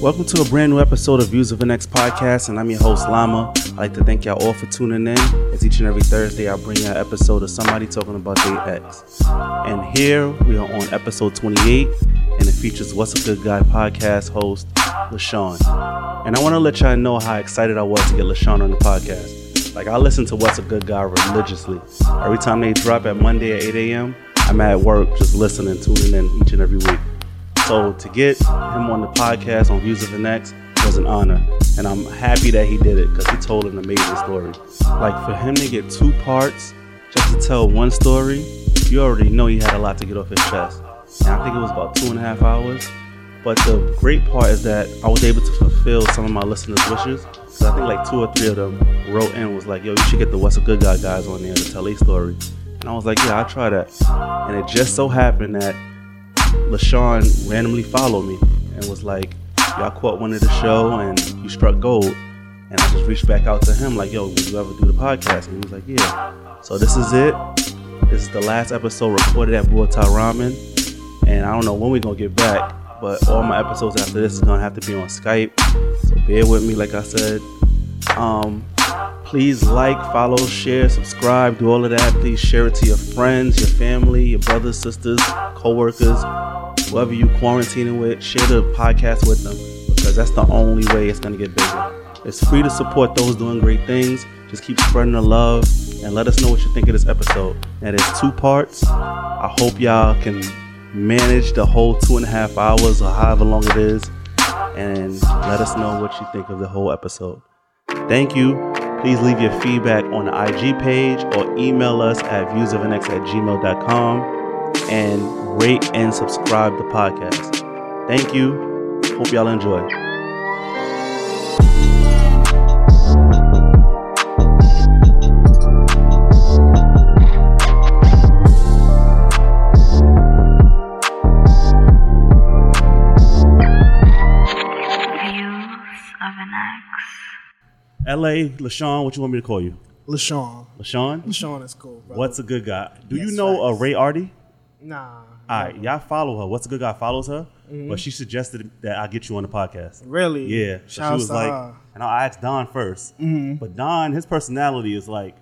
Welcome to a brand new episode of Views of an X podcast, and I'm your host Llama. I'd like to thank y'all all for tuning in. As each and every Thursday, I bring you an episode of somebody talking about their ex. And here we are on episode 28, and it features What's a Good Guy podcast host LaShawn. And I want to let y'all know how excited I was to get LaShawn on the podcast. Like I listen to What's a Good Guy religiously. Every time they drop at Monday at 8 a.m., I'm at work just listening, tuning in each and every week. So to get him on the podcast on Views of the Next was an honor, and I'm happy that he did it because he told an amazing story. Like for him to get two parts just to tell one story, you already know he had a lot to get off his chest. And I think it was about two and a half hours. But the great part is that I was able to fulfill some of my listeners' wishes. Because I think like two or three of them wrote in was like, "Yo, you should get the What's a Good Guy guys on there to tell their story." And I was like, "Yeah, I'll try that." And it just so happened that LaShawn randomly followed me and was like, Y'all caught one of the show and you struck gold. And I just reached back out to him, like, Yo, would you ever do the podcast? And he was like, Yeah. So this is it. This is the last episode recorded at Bull Thai Ramen. And I don't know when we're going to get back, but all my episodes after this is going to have to be on Skype. So bear with me, like I said. Um, please like, follow, share, subscribe, do all of that. Please share it to your friends, your family, your brothers, sisters, coworkers, whoever you quarantining with. Share the podcast with them because that's the only way it's gonna get bigger. It's free to support those doing great things. Just keep spreading the love and let us know what you think of this episode. And it's two parts. I hope y'all can manage the whole two and a half hours or however long it is. And let us know what you think of the whole episode. Thank you. Please leave your feedback on the IG page or email us at viewsofanx at gmail.com and rate and subscribe the podcast. Thank you. Hope y'all enjoy. Views of an X. LA, LaShawn, what you want me to call you? LaShawn. LaShawn? LaShawn is cool, bro. What's a good guy? Do you Yes, know uh, facts. Ray Artie? Nah. All right, y'all follow her. What's a good guy follows her, but she suggested that I get you on the podcast. Mm-hmm. Really? Yeah. So Shout she was to like, her. Mm-hmm. and I asked Don 1st but Don, his personality is like,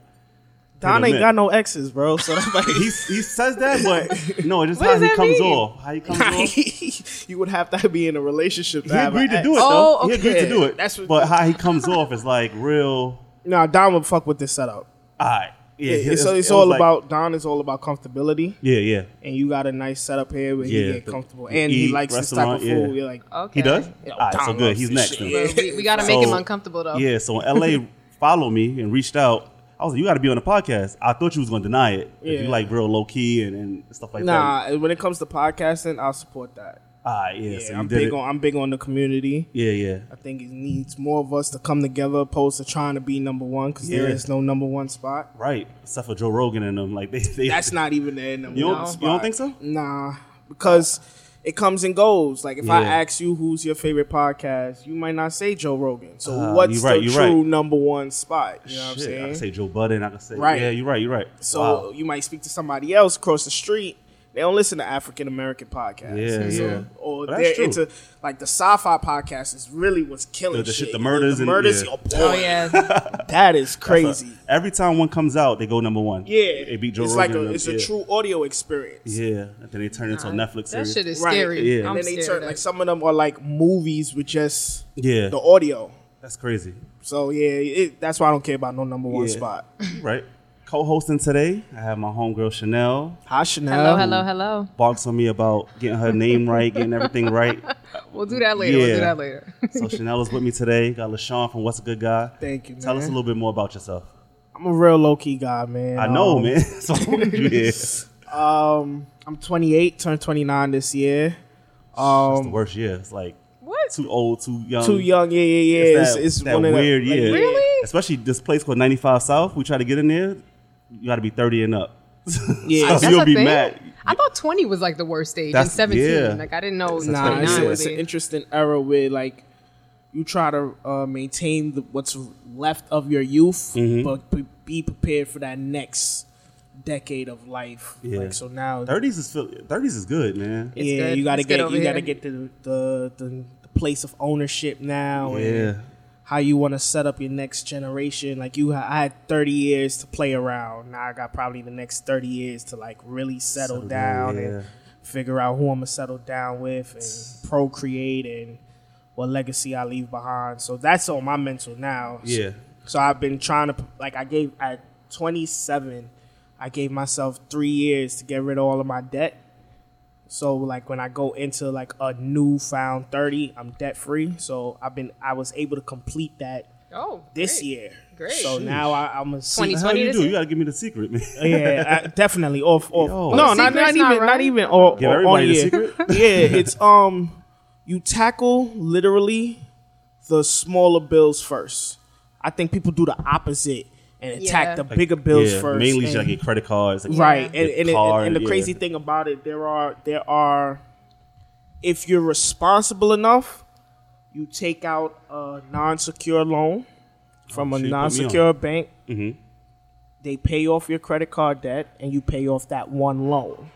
Don a ain't minute. got no exes, bro. So that's like, he, he says that, but no, it's just What how does he that comes mean? off. How he comes off. you would have to be in a relationship. To He have agreed an to do it ex. though. Oh, He agreed to okay. do it. That's what- but how he comes off is like real. Nah, Don would fuck with this setup. All right. Yeah, it's, it's, it was all like- about Don is all about comfortability, Yeah, yeah. and you got a nice setup here where Yeah, he get the- comfortable, the and he eat, likes this type of food. restaurant, yeah. You're like, Okay. He does. Yeah, all right, so Don good. loves He's this next. shit. Then. Yeah. But we, we gotta make So- him uncomfortable though. Yeah, so when LA followed me and reached out, I was like, "You got to be on the podcast." I thought you was going to deny it. If you Yeah. like real low key and, and stuff like that. nah. When it comes to podcasting, I'll support that. All right, yeah. Yeah, so you I'm did big it. on I'm big on the community. yeah, yeah. I think it needs more of us to come together opposed to trying to be number one because there Yeah. is no number one spot. Right. Except for Joe Rogan and them, like they. they That's not even there. Number You don't- one you spot. don't think so? Nah, because it comes and goes. Like if I Yeah. ask you who's your favorite podcast, you might not say Joe Rogan. So Ah, what's you right, the you true right. number one spot? You know what I'm Shit, I saying? can say Joe Budden. I can say. Right. Yeah, you're right. You're right. so Wow. you might speak to somebody else across the street. They don't listen to African American podcasts. Yeah, So- yeah. Or But that's they're true. into like the sci-fi podcast is really what's killing The- the shit, the You know, murders the and- murders. yeah. yo, Oh boy, yeah. that is crazy. Every time one comes out, they go number one. Yeah, They beat Joe it's Rogan. like and a, them. it's yeah. a true audio experience. Yeah, and then they turn into a Netflix that series. shit is Right. scary. Yeah. I'm And then they scared turn of like that. some of them are like movies with just yeah, the audio. that's crazy, So yeah, it, that's why I don't care about no number one Yeah. spot. right? Co-hosting today, I have my homegirl Chanel Hi Chanel. Hello, hello, hello. barks on me about getting her name right, getting everything right. We'll do that later. We'll Yeah. do that later. So Chanel is with me today. Got LaShawn from What's a Good Guy. Thank you, man. Tell us a little bit more about yourself. I'm a real low key guy, man. I know, Um, man. so I wanted you here. Um, I'm 28, turned 29 this year. it's the Um, worst year. It's like what? too old, too young. too young. Yeah, yeah, yeah. It's It's, that, it's that one of the- weird like, year. Really? Especially this place called 95 South. We try to get in there. You got to be 30 and up. so Yeah. That's you'll a be thing? mad. I thought 20 was like the worst age, and That's- 17. yeah. Like I didn't Nah, know it's, 29 a- would it's an be. interesting era where like you try to uh, Mm-hmm. maintain the, what's left of your youth, but pre- be prepared for that next decade of life. Yeah. Like, so now, Thirties is feel- thirties is good, man. It's yeah, good. you gotta It's good get over you gotta here. get the the, the the place of ownership now. Yeah. And how you want to set up your next generation? Like you, ha- I had thirty years to play around. Now I got probably the next thirty years to like really settle, Settle down, down and yeah. figure out who I'm gonna settle down with and procreate and what legacy I leave behind. So that's on my mental now. So- Yeah. so I've been trying to like I gave at 27, I gave myself three years to get rid of all of my debt. So like when I go into like a newfound 30, I'm debt free. So I've been I was able to complete that Oh, this great. year. Great. So Sheesh. now I, I'm a Twenty- How He's do funny you this do? You year. gotta give me the secret, man. yeah, I, definitely off off. Yo. The No, not, not secret's even not not, right. even off. Give off- everybody on the year. secret? yeah, it's um, you tackle literally the smaller bills first. I think people do the opposite and attack Yeah. the bigger bills yeah, first. Mainly, and- you gotta get credit cards, like, Yeah. right? And, get and, it- car, and the yeah. crazy thing about it, there are there are, if you're responsible enough, you take out a non-secure loan from Oh, a shit, put me on. Mm-hmm. non-secure bank. They pay off your credit card debt, and you pay off that one loan.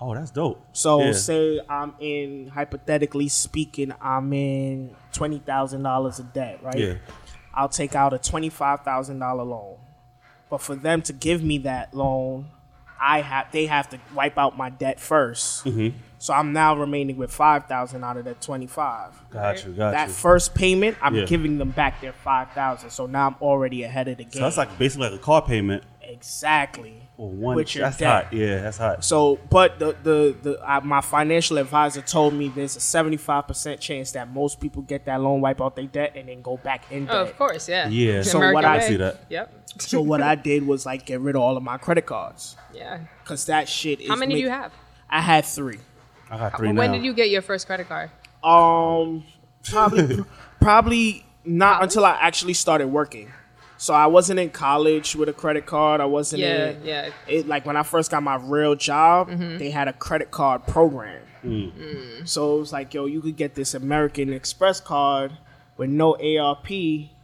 Oh, that's dope. So Yeah. say I'm in hypothetically speaking, I'm in twenty thousand dollars of debt, right? Yeah. I'll take out a twenty five thousand dollar loan. But for them to give me that loan, I have they have to wipe out my debt 1st Mm-hmm. So I'm now remaining with five thousand out of that twenty five. got you, got That you. first payment, I'm Yeah. giving them back their five thousand. So now I'm already ahead of the game. so that's like basically like a car payment. exactly. Or one. With your that's debt. hot. Yeah, that's hot. So, but the the the uh, my financial advisor told me there's a 75 percent chance that most people get that loan, wipe out their debt, and then go back in debt. Oh, of course, yeah. Yeah. The So American what I- way. See that. Yep. So what I did was like get rid of all of my credit cards Yeah. because that shit. Is How many do ma- you have? I had three. I got three when now. did you get your first credit card? Um, probably probably not until I actually started working. So I wasn't in college with a credit card. I wasn't. Yeah, in, yeah. Mm-hmm. it like when I first got my real job, they had a credit card program. Hmm. Mm. So it was like, yo, you could get this American Express card with no ARP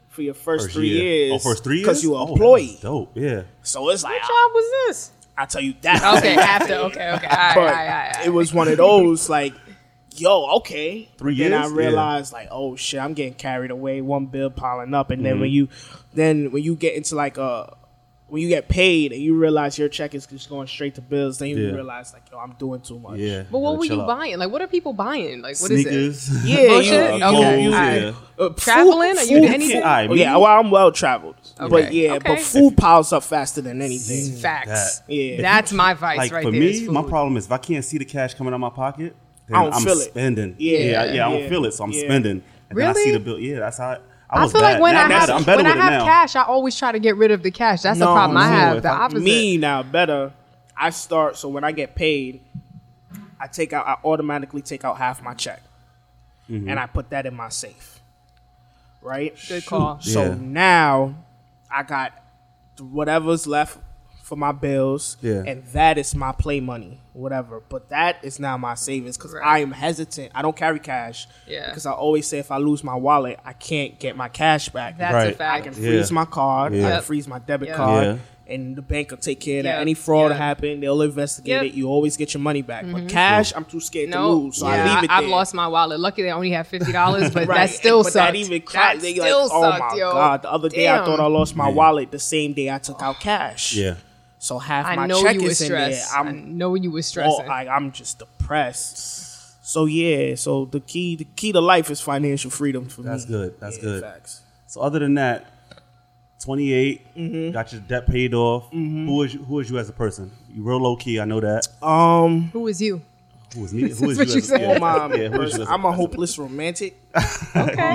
for your first, First three year. years. Oh, first three years. because you're Oh, an that's employee. dope. Yeah. so it's like, What job was this? I, will tell you that. Okay, after. Okay, okay. All right, all But right, all right, all it was one of those like, yo, okay. Three then I years? Yeah. realized like, oh shit, I'm getting carried away. One bill piling up, and Mm-hmm. then when you, then when you get into like a, when you get paid and you realize your check is just going straight to bills, then you Yeah. realize like, yo, I'm doing too much. Yeah. But what gotta were chill you out. buying? Like, what are people buying? Like, what is it? Sneakers. Yeah, Bullshit? you, Okay, you, you, alright. Yeah. uh, Traveling? food- Are you food- to anything? Alright, Oh, me? yeah, well, I'm well traveled, but Okay, yeah, but okay. food piles up faster than anything. Facts. That. Yeah. That's my vice like right for there. is me, my food. problem is if I can't see the cash coming out of my pocket, then I don't am feel it. spending. Yeah, yeah, yeah, I don't yeah, feel it, so I'm yeah. spending. And then I see Really? the bill. Yeah, that's how. I, I I was feel bad. like when Now I I'm better. I'm have, better when I with it have now. cash, I always try to get rid of the cash. That's the No, problem I no, have. if The I- opposite. Me now better. I start so when I get paid, I take out I automatically take out half my check. And I put that in my safe. Right? Good call. Shoot. So Yeah. now I got whatever's left for my bills, Yeah. and that is my play money, whatever. But that is now my savings because Right. I am hesitant. I don't carry cash Yeah. because I always say if I lose my wallet, I can't get my cash back. That's Right. a fact. I can Yeah. freeze my card. I Yeah. can freeze my debit Yeah. card. Yeah. And the bank will take care of that. Yep. Any fraud Yep. happen, they'll investigate Yep. it. You always get your money back. But cash, I'm too scared No, to lose, so Mm-hmm. yeah, I leave it have there. lost my wallet. Lucky they only have fifty dollars, but Right. that still but sucked. That even That cracked. They like, still oh sucked, my yo. god! The other day I Damn. thought I lost my Yeah. wallet. The same day I took out cash. Yeah, So half I my know check you were is in there. stressed. I I'm know you were all, stressing. I, I'm just depressed. So yeah. So the key the key to life is financial freedom for that's me. good. That's Yeah, good. Facts. So other than that, 28, got your debt paid off. Who is you, who is you as a person? You real low key. I know that. Um, Who is you? Who is me? Who That's is what you? you as, said. Yeah, Oh, my yeah, who is you person- as I'm a hopeless romantic. Okay.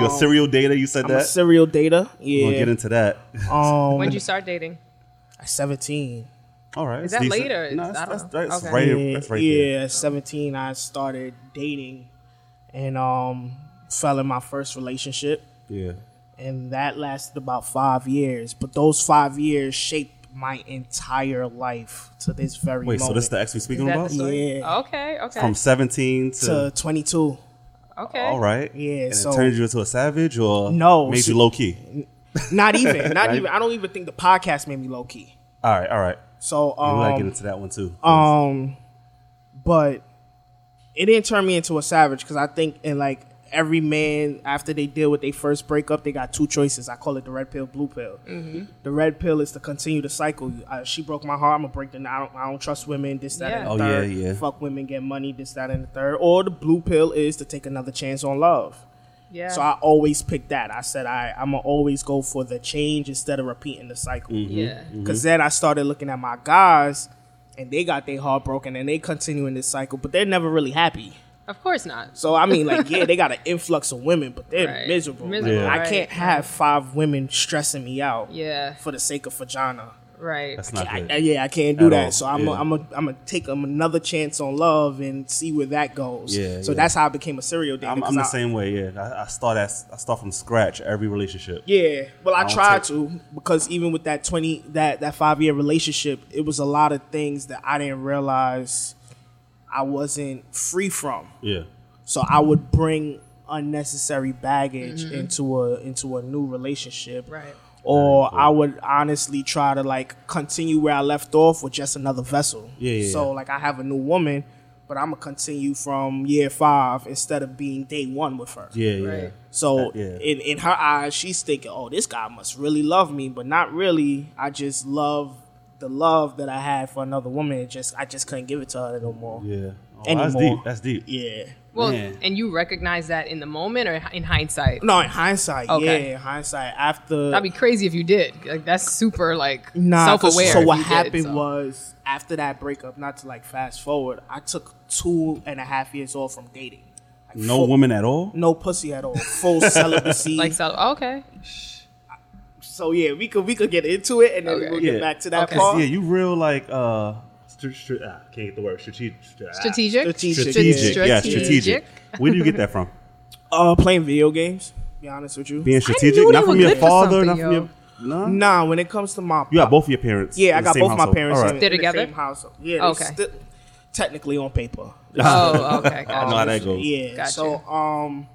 You a serial dater? You said I'm a that. serial dater. We're gonna Yeah. get into that. um, When'd you start dating? at 17. All right. Is that later? No, It's- that's, I don't that's, know. that's Okay. right. Yeah, here. That's right yeah, there. at 17 I started dating and um fell in my first relationship Yeah. and that lasted about 5 years, but those 5 years shaped my entire life to this very Wait. So moment. this the ex we Is speaking that the about? story? Yeah. Okay. Okay. From 17 to 22. okay. All right. Yeah, And so- it turned you into a savage or No, made so- you low key. Not even, not even I don't even think the podcast made me low key. All right. All right. So we gotta um, get into that one too. um, but it didn't turn me into a savage because I think in like every man after they deal with their first breakup, they got two choices. I call it the red pill, blue pill. Mm-hmm. The red pill is to continue the cycle. You- Uh, she broke my heart. I'm gonna break the. I don't, I don't trust women. This, that, and Yeah. the Oh, yeah, third. yeah. Fuck women, get money. This, that, and the third. Or the blue pill is to take another chance on love. Yeah. So I always pick that. I said I I'm gonna always go for the change instead of repeating the cycle. Mm-hmm. yeah. Because then I started looking at my guys and they got their heart broken and they continuing this cycle, but they're never really happy. Of course not. So I mean, like, yeah, they got an influx of women, but they're Right. miserable. Miserable, Yeah. I can't right. have five women stressing me out Yeah. for the sake of vagina. Right. That's not I, good. I- yeah, I can't do At that. all, So I'm yeah. i I'm i am I'm gonna take um, another chance on love and see where that goes. Yeah, so yeah. that's how I became a serial dater. I'm, I'm 'cause the I- same way. Yeah, I, I start at I start from scratch every relationship. Yeah, well, I, don't tried take- to because even with that twenty that that five year relationship, it was a lot of things that I didn't realize I wasn't free from. Yeah, So I would bring unnecessary baggage into a into a new relationship, Right. Or I would honestly try to like continue where I left off with just another vessel. Yeah, yeah, So yeah. like I have a new woman, but I'm gonna continue from year five instead of being day one with her. yeah, yeah. Right. So That- Uh, yeah. in, in her eyes, she's thinking, "Oh, this guy must really love me," but not really. I just love the love that I had for another woman. It just I just couldn't give it to her no more. Yeah. Oh, that's Anymore. deep. That's deep. Yeah. Well, Man. and you recognize that in the moment or in hindsight? No, in hindsight, Okay. yeah, in hindsight, after That'd be crazy if you did. Like that's super like Nah, 'cause- self-aware. So if what you did, happened so. was after that breakup, not to like fast forward, I took two and a half years off from dating. Like, No full- woman at all. no pussy at all, full celibacy. like so. oh, okay, so yeah, we could we could get into it and then Okay. we'll get Yeah. back to that Okay. part. Yeah, you real like uh, str- str- ah, can't get the word strategic. strategic, Strategic. Strategic. Yeah, strategic. Strategic. Where do you get that from? Uh, playing video games. Be honest with you. Being strategic, they not were from your good for father, not something, from your. yo. No. nah, when it comes to my You got both of your parents. yeah, I in the got same both my household. parents. All in, right. They're in the together? same household. Yeah, Okay. okay. Still, technically on paper. Oh, I okay, know how gotcha. that goes. Yeah. Gotcha. So um,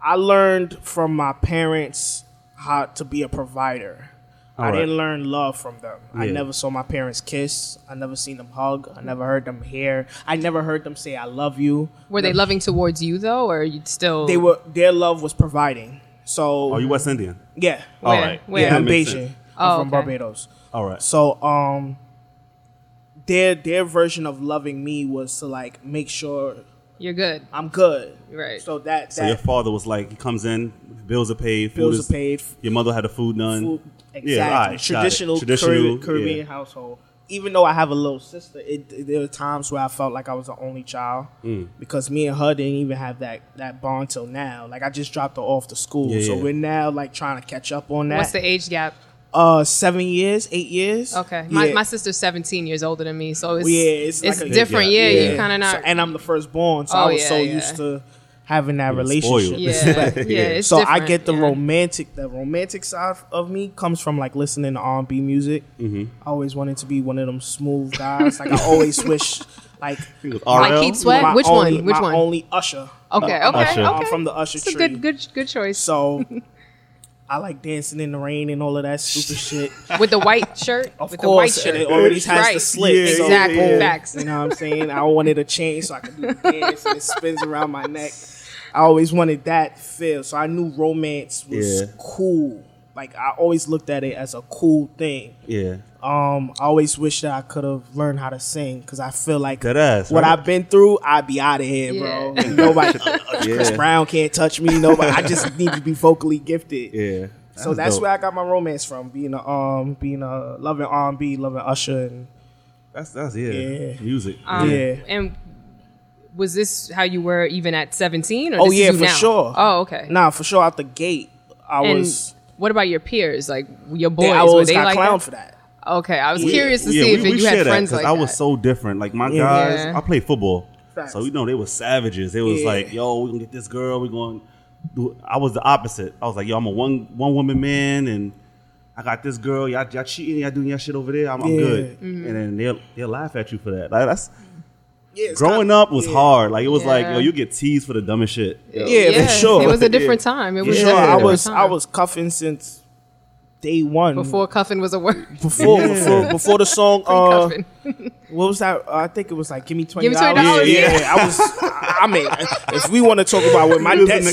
I learned from my parents how to be a provider. I Alright. didn't learn love from them. I Yeah. never saw my parents kiss. I never seen them hug. I never heard them hear. I never heard them say "I love you." Were they loving towards you though, or you still? They were their love was providing. So Oh, you West Indian. yeah, All Where? right. Where? yeah, I'm That makes Bayesian. sense. Oh, I'm from okay. Barbados. All right. So um their their version of loving me was to like make sure You're good. I'm good. Right. So that that So your father was like, he comes in, bills are paid, food bills is, are paid. f- Your mother had a food done. Food, exactly. Yeah, all right, got it. Traditional, Traditional, Caribbean, Caribbean yeah. household. Even though I have a little sister, it, it- there were times where I felt like I was the only child Mm. because me and her didn't even have that, that bond till now. Like I just dropped her off to school, Yeah, so yeah. we're now like trying to catch up on that. What's the age gap? uh, seven years, eight years. Okay, my, Yeah. my sister's 17 years older than me, so it's Yeah, it's like a big different. gap. Yeah, Yeah. you kind of not. So- and I'm the firstborn, so Oh, I was yeah, so yeah. used to having that spoiled. relationship. yeah, But- yeah. It's so I different, get the yeah. romantic, the romantic side of me comes from like listening to R&B music. Mm-hmm. I always wanted to be one of them smooth guys. like I always wish, like With Like RL? Keith Sweat. my Which only- one? Which my one? Only Usher. Okay, Uh, okay, Usher. okay. I'm from the Usher It's a tree. good, good, good choice. So I like dancing in the rain and all of that stupid shit. With the white shirt, Of with course, the white and shirt, it already has the right? slit. Yeah, so exactly, boom, facts. You know what I'm saying? I wanted a chain so I could do the dance and it spins around my neck. I always wanted that feel. So I knew romance was Yeah. cool. Like I always looked at it as a cool thing. Yeah. Um, I always wish that I could have learned how to sing because I feel like Dead ass, what right? I've been through, I'd be out of here, bro. Yeah. Nobody, uh, uh, Chris Yeah. Brown can't touch me. Nobody. I just need to be vocally gifted. Yeah. so that's dope. where I got my romance from, being a um, being a loving R and B, loving Usher, and That's that's yeah. Yeah. Music. Um, Yeah. And was this how you were even at 17? Or oh this is yeah, you for now? sure. Oh, okay. Nah, for sure. Out the gate, I and was. what about your peers? Like your boys? They, I were always they got like clowned that? for that. Okay, I was Yeah. curious to yeah, see we, if we you share had that friends 'cause like I was that. so different. Like my Yeah. guys, Yeah. I played football, Facts. so you know they were savages. It was Yeah. like, yo, we gonna get this girl. We gonna. Do, I was the opposite. I was like, yo, I'm a one one woman man, and I got this girl. Y'all, y'all cheating. Y'all doing y'all shit over there. I'm, I'm Yeah. good. And then they'll they'll laugh at you for that. Like that's Yeah, it's growing kinda- up was yeah. hard. Like it was like, Yeah. yo, you get teased for the dumbest shit. Yo. Yeah, for sure. It was Yeah. a different time. It was Yeah. a Yeah, different I was time. I was cuffing since day one Before cuffing was a word. before before, before the song. Uh, Cuffing. what was that? Uh, I think it was like give me twenty Give me $20, dollars. yeah. yeah, yeah. I was. I I mean, if we want to talk about where my You was debt in the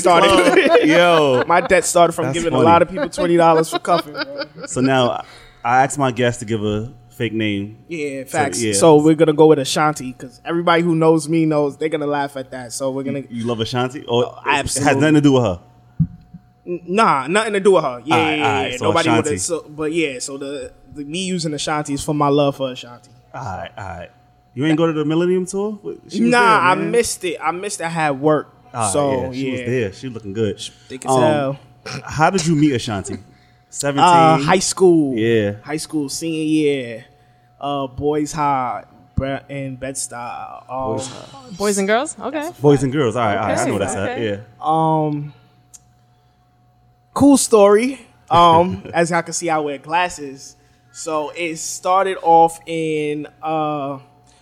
started, Yo. my debt started from That's giving funny. a lot of people twenty dollars for cuffing. bro. So now I- I asked my guest to give a fake name. Yeah, facts. So, yeah. we're gonna go with Ashanti because everybody who knows me knows they're gonna laugh at that. So we're gonna You love Ashanti? Or It has absolutely. nothing to do with her. nah, nothing to do with her. Yeah, Alright, yeah, yeah, alright, yeah. so nobody would. Ashanti. have So, but yeah, so the, the me using Ashanti is for my love for Ashanti. All right, all right. You ain't go to the Millennium Tour? She was Nah, there, I man. missed it. I missed. I had work. Ah, so yeah, she was yeah. there. She looking good. Um, Thick as hell. How did you meet Ashanti? Seventeen. Uh, high school. Yeah. High school senior year. Uh, boys high bre- in Bed Stuy. Um, Boys High. Boys and girls? Okay. Boys and girls. All right, all right. I Okay, know that's okay. her. Yeah. um, cool story. Um, as y'all can see, I wear glasses. So it started off in uh,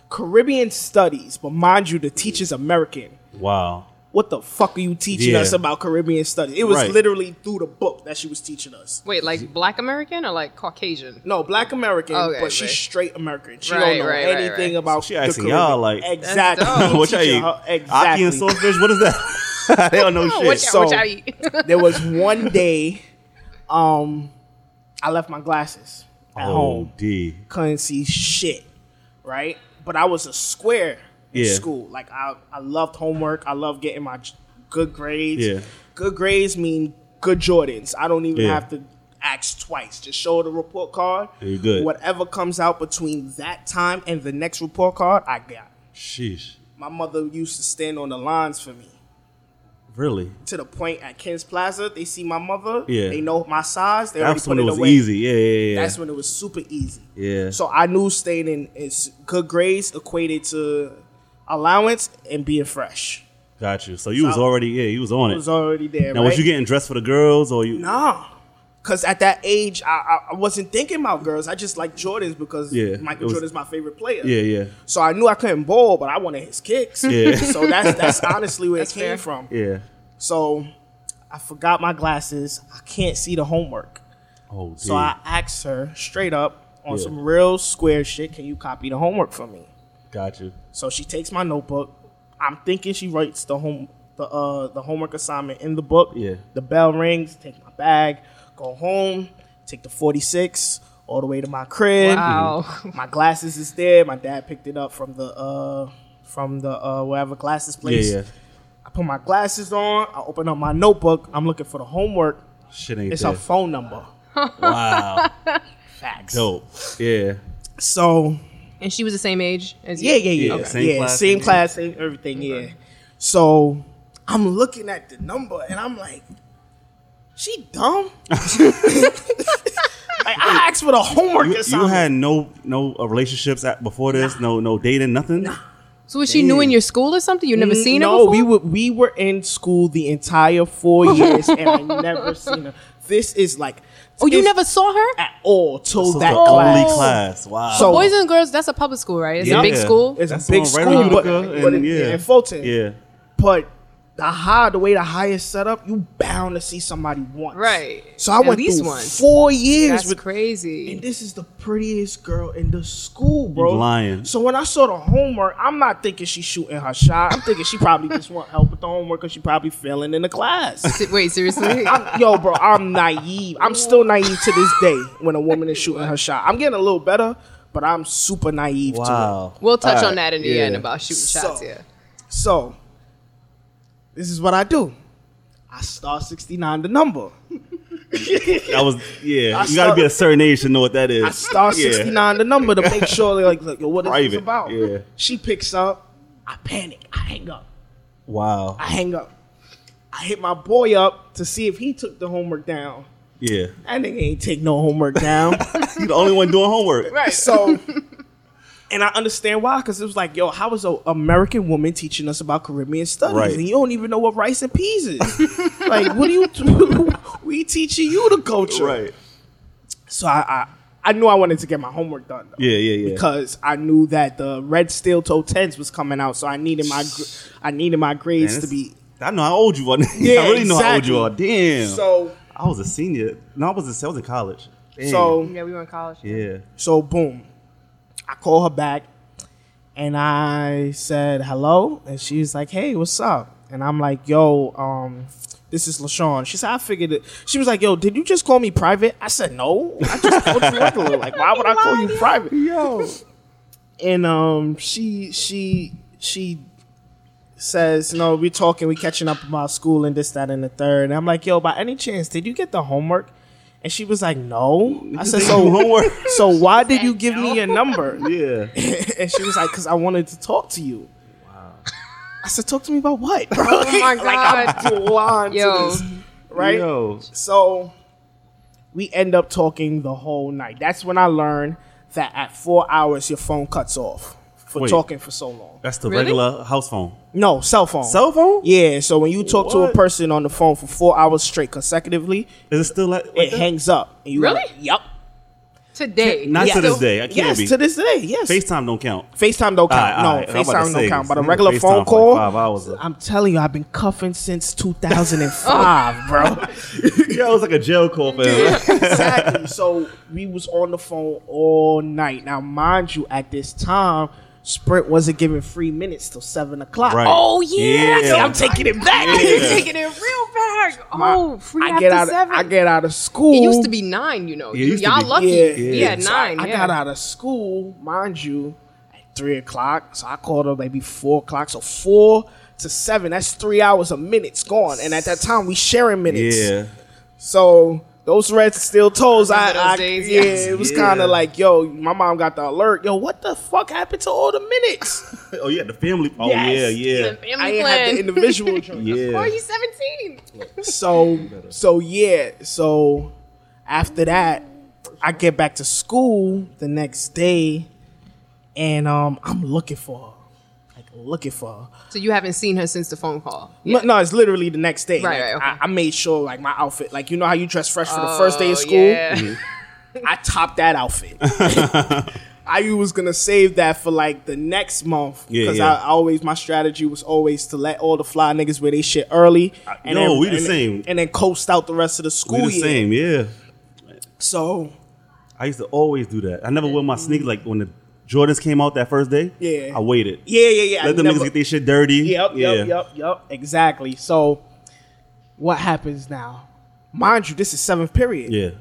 Caribbean studies, but mind you, the teacher's American. Wow. What the fuck are you teaching Yeah. us about Caribbean studies? It was Right. literally through the book that she was teaching us. Wait, like black American or like Caucasian? No, black American, Okay, but she's right. straight American. She Right, don't know right, right, anything right. about. So she the asking Caribbean. y'all, like, That's exactly. dope. what y'all Teaching eat? her- Aki and Oh, Exactly. swordfish. What is that? they don't know Oh, shit. what, y'all, what So- y'all eat? There was one day, um, I left my glasses at oh, home. D. Couldn't see shit, right? But I was a square in Yeah. school. Like I, I loved homework. I loved getting my j- good grades. Yeah. Good grades mean good Jordans. I don't even Yeah. have to ask twice. Just show the report card. And you good. Whatever comes out between that time and the next report card, I got. Sheesh. My mother used to stand on the lines for me Really? to the point at Kins Plaza. They see my mother. Yeah. They know my size. They That's already when it put it, was away. easy. Yeah, yeah, yeah. That's when it was super easy. yeah. So I knew staying in is good grades equated to allowance and being fresh. Got you. So you was already yeah, you was on It it. was already there. now right? was you getting dressed for the girls or you? Nah. Cause at that age, I, I, I wasn't thinking about girls. I just liked Jordans because Yeah, it Michael was- Jordan's my favorite player. Yeah, yeah, So I knew I couldn't bowl, but I wanted his kicks. Yeah. So that's that's honestly where That's it came fair. from. yeah. So I forgot my glasses. I can't see the homework. Oh, D. So I asked her straight up on Yeah. some real square shit, can you copy the homework for me? got you. So she takes my notebook. I'm thinking she writes the home the uh the homework assignment in the book. Yeah. The bell rings, take my bag, go home, take the 46 all the way to my crib. wow. My glasses is there. My dad picked it up from the uh from the uh wherever glasses Yeah, place. yeah. I put my glasses on, I open up my notebook, I'm looking for the homework. Shit ain't It's there. a phone number. wow. Facts. Dope. Yeah. So And she was the same age as you? Yeah, yeah, yeah. Yeah, Yeah, same same, class, class, same- same everything, yeah. So I'm looking at the number and I'm like, she dumb? like, I asked for the homework You, you assignment. had no no uh, relationships at, before this. No no dating nothing. So was she new in your school or something? You've never seen Mm, no, her before? we were we were in school the entire four years and I never seen her. This is like oh, you this never saw her? at all till This was that the class. only class. Wow. So- Boys and girls, that's a public school, right? It's Yeah. a big Yeah. school. It's That's a big on school, right on but, Utica but and- in, yeah. in Fulton. yeah. But the high, the way the high is set up, you bound to see somebody once. Right. So I At went least through once. four years that's with, and crazy. this is the prettiest girl in the school, bro. You lying. So when I saw the homework, I'm not thinking she's shooting her shot. I'm thinking she probably just want help with the homework because she probably failing in the class. Si- Wait, seriously? I'm, yo, bro, I'm naive. I'm still naive to this day when a woman is shooting her shot. I'm getting a little better, but I'm super naive to it. Wow. We'll touch All on right, that in the yeah. end about shooting So- shots, yeah. So, this is what I do. I star 69 the number. That was yeah. I you got to saw- be a certain age to know what that is. I star Yeah. 69 the number to make sure, they're like, like yo, what is Private, this about? yeah. She picks up. I panic. I hang up. Wow. I hang up. I hit my boy up to see if he took the homework down. Yeah. That nigga ain't take no homework down. You're the only one doing homework. Right. so, and I understand why, because it was like, yo, how is an American woman teaching us about Caribbean studies, Right. and you don't even know what rice and peas is? like, what are you? do- we teaching you the culture, Right. So I, I, I knew I wanted to get my homework done. Though. Yeah. Yeah. Yeah. Because I knew that the red steel toe tens was coming out, so I needed my, gr- I needed my grades Man, to be. I know how old you are. I Yeah, really know how old you exactly. are. Damn. So I was a senior. No, I was a, I was in college. So Yeah, we were in college. yeah. so boom, I call her back, and I said hello, and she's like, "Hey, what's up?" And I'm like, "Yo, um, this is Lashawn." She said, "I figured it." She was like, "Yo, did you just call me private?" I said, "No, I just called you regular. Like, why would I call you private?" Yo, and um, she she she says, "No, we're talking, we catching up about school and this, that, and the third. And I'm like, "Yo, by any chance, did you get the homework?" And she was like, "No." I said, "So homework. so why did you give me your number? Yeah. and she was like, because I wanted to talk to you. I said, talk to me about what, bro? Oh my like God. I'm blind Yo. to this, right? Yo. So we end up talking the whole night. That's when I learned that at four hours your phone cuts off for Wait. talking for so long. That's the Really? regular house phone. No, cell phone. Cell phone? yeah, so when you talk to What? a person on the phone for four hours straight consecutively, Is it still like, like it that? hangs up. And you Really? Yep. Today. Not Yeah. to this day. I can't yes, be. to this day. Yes. FaceTime don't count. FaceTime don't count. Alright, alright. no, I'm about to FaceTime say, don't count. But a this nigga regular FaceTime phone for like call, five hours. I'm telling you, I've been cuffing since 2005, bro. Yo, it was like a jail call for him. exactly. So we was on the phone all night. Now, mind you, at this time, Sprint wasn't giving free minutes till seven o'clock. Right. Oh yeah, Yeah. I'm taking it back. Yeah. taking it real back. My- Oh, free I after get out. seven. Of, I get out of school. it used to be nine, you know. it used to Y'all be- lucky. Yeah, Yeah, yeah. So nine. I, I yeah. got out of school, mind you, at three o'clock. So I called her maybe four o'clock. So four to seven, that's three hours of minutes gone. And at that time, we sharing minutes. Yeah. So those red steel toes, I, Remember those I days, yeah, yes. it was Yeah. kind of like, yo, my mom got the alert. Yo, what the fuck happened to all the minutes? Oh, yeah, the family. Oh, Yes. yeah, yeah. Family I ain't had plan. the individual. joint. Yeah. Or you 17. So so yeah. So after that, I get back to school the next day, and um, I'm looking for her, like looking for her. So you haven't seen her since the phone call. No, no, it's literally the next day. Right, Like, right, okay. I, I made sure like my outfit, like you know how you dress fresh for the first day of Oh, school. Mm-hmm. yeah. I topped that outfit. I was gonna save that for like the next month Yeah, because yeah. I, I always my strategy was always to let all the fly niggas wear they shit early. And yo, then, we the and- same. And then coast out the rest of the school We the year. same, yeah. So I used to always do that. I never wore my sneakers like when the Jordans came out that first day. Mm-hmm. Yeah. I waited. yeah, yeah, yeah. I Let them never- niggas get their shit dirty. Yep, yeah. yep, yep, yep. Exactly. So what happens now? Mind you, this is seventh period. Yeah.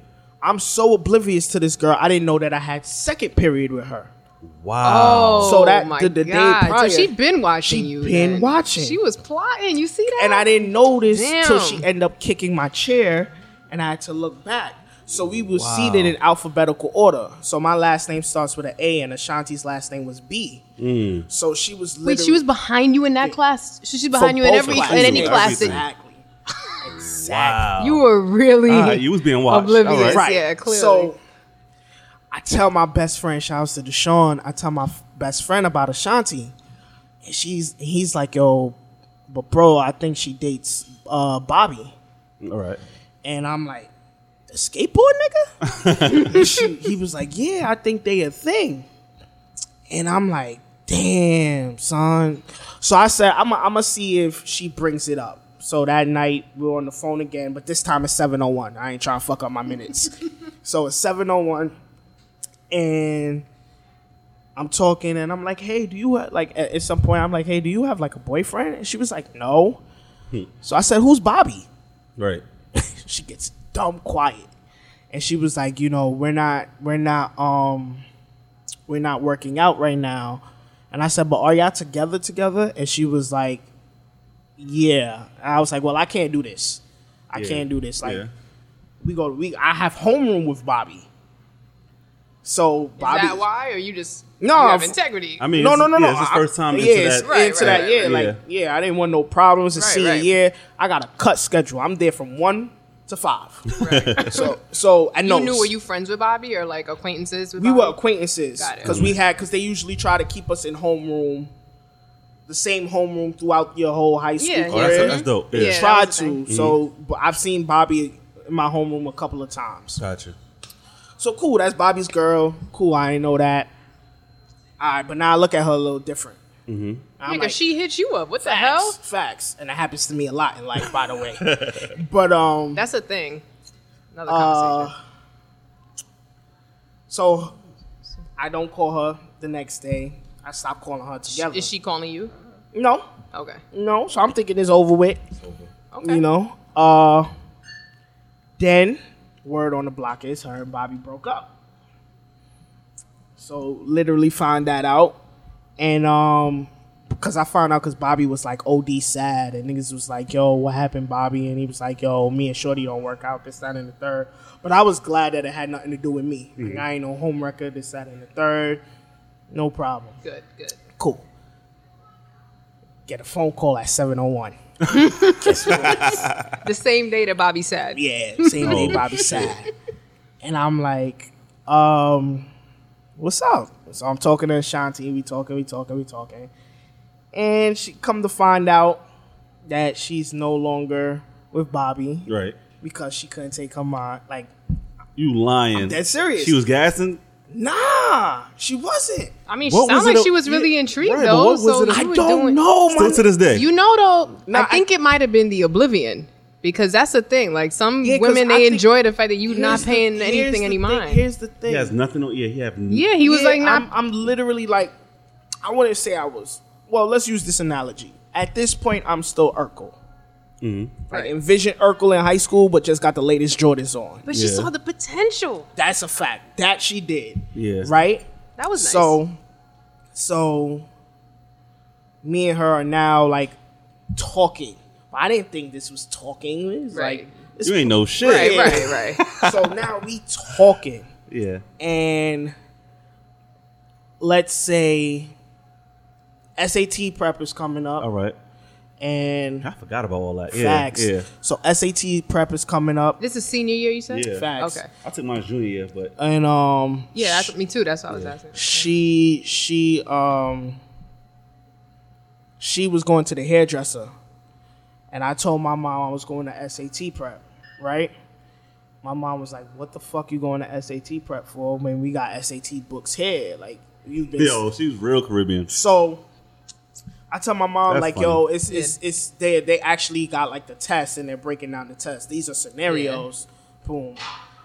I'm so oblivious to this girl. I didn't know that I had second period with her. Oh, Wow. So that- my the- the day God. prior, so she been watching she you. been then. watching. She was plotting. You see that? and I didn't notice till Damn. she ended up kicking my chair, and I had to look back. So we were Wow. seated in alphabetical order. So my last name starts with an A, and Ashanti's last name was B. So she was literally Wait, she was behind you in that class. So she's for behind you in both every classes. in any class. Everything. That, Exactly. exactly. Wow. you were really. Ah, you was being watched. Oblivious. All right. Right. Yeah, clearly. So I tell my best friend, shouts to Deshaun, I tell my f- best friend about Ashanti. And she's he's like, yo, but bro, I think she dates uh, Bobby. All right. And I'm like, the skateboard nigga? And she- he was like, yeah, I think they a thing. And I'm like, damn, son. So I said, I'm going to see if she brings it up. So that night, we were on the phone again, but this time it's 7.01. I ain't trying to fuck up my minutes. so it's 7.01. And I'm talking and I'm like, hey, do you have, like, at at some point, I'm like, hey, do you have like a boyfriend? And she was like, no. So I said, who's Bobby? Right. she gets dumb quiet and she was like you know we're not we're not um we're not working out right now and i said but are y'all together together and she was like yeah and i was like well i can't do this i can't do this like yeah. we go we i have homeroom with bobby so bobby Is that why, or you just No, you have f- integrity? I mean, no, it's- no, no, yeah, no. It's his I- first time yeah, into it's that. Right, into right, that, yeah. right. Like, yeah, I didn't want no problems to Right, see. right. Yeah, I got a cut schedule. I'm there from one to five. so, so I know you knew were you friends with Bobby or like acquaintances with we Bobby? were acquaintances Got it. because we had because they usually try to keep us in homeroom, the same homeroom throughout your whole high school Yeah. Oh, that's, career. that's dope. Yeah. Yeah. that Tried was to. the thing. So, but I've seen Bobby in my homeroom a couple of times. Gotcha. So cool, that's Bobby's girl. Cool, I ain't know that. All right, but now I look at her a little different. Mm-hmm. Nigga, she hit you up. What the Facts, hell? Facts, and that happens to me a lot in life, by the way. but um, That's a thing. Another uh, conversation. So I don't call her the next day. I stop calling her together. Is she calling you? no, Okay. no. So I'm thinking it's over with. Okay. You know. Uh. Then word on the block is her and Bobby broke up. So literally find that out, and um, because I found out because Bobby was like OD sad, and niggas was like, "Yo, what happened, Bobby?" And he was like, "Yo, me and Shorty don't work out this, that, and the third. But I was glad that it had nothing to do with me. Like, I ain't no home record, this, that, and the third. No problem. Good. Good. Cool. Get a phone call at 701. The same day that Bobby said. Yeah, same day Bobby sad. And I'm like, um, what's up? So I'm talking to Ashanti, we talking, we talking, we talking. And she come to find out that she's no longer with Bobby Right. because she couldn't take her mind. Like, You lying. dead serious. She was gassing. nah, she wasn't. I mean, What she was sounded it like a- she was really yeah, intrigued right, but though. what was So it a- you I were don't doing- know, Still man. to this day. You know though, Nah, I think it might have been the oblivion because that's the thing. Like some Yeah, 'cause women, I they think- enjoy the fact that you not Here's the- paying here's anything the any thing- mind. Here's the thing. He has nothing on. Yeah, he have. n- yeah, he was Yeah, like, not, I'm, I'm literally like, I wouldn't say I was. Well, let's use this analogy. At this point, I'm still Urkel. Like, Right. envision Urkel in high school, but just got the latest Jordans on. but she Yeah. saw the potential. That's a fact. That she did. Yeah. Right. That was nice. So, so me and her are now like talking. But I didn't think this was talking. It was Right. like it's- You ain't no shit. right, yeah. right, right. so now we talking. Yeah. and let's say SAT prep is coming up All right. I and forgot about all that. Oh. Yeah. facts. Yeah. So SAT prep is coming up This is senior year, you said. Yeah. Facts. Okay. I took my junior year, but and um Yeah, that's me too. That's what I was asking. she she um she was going to the hairdresser and I told my mom I was going to SAT prep, right? My mom was like, "What the fuck you going to SAT prep for when we got SAT books here? Like you've been yo, she was real Caribbean. So I tell my mom That's like, funny. yo, it's it's it's they they actually got like the test and they're breaking down the test. These are scenarios. Boom.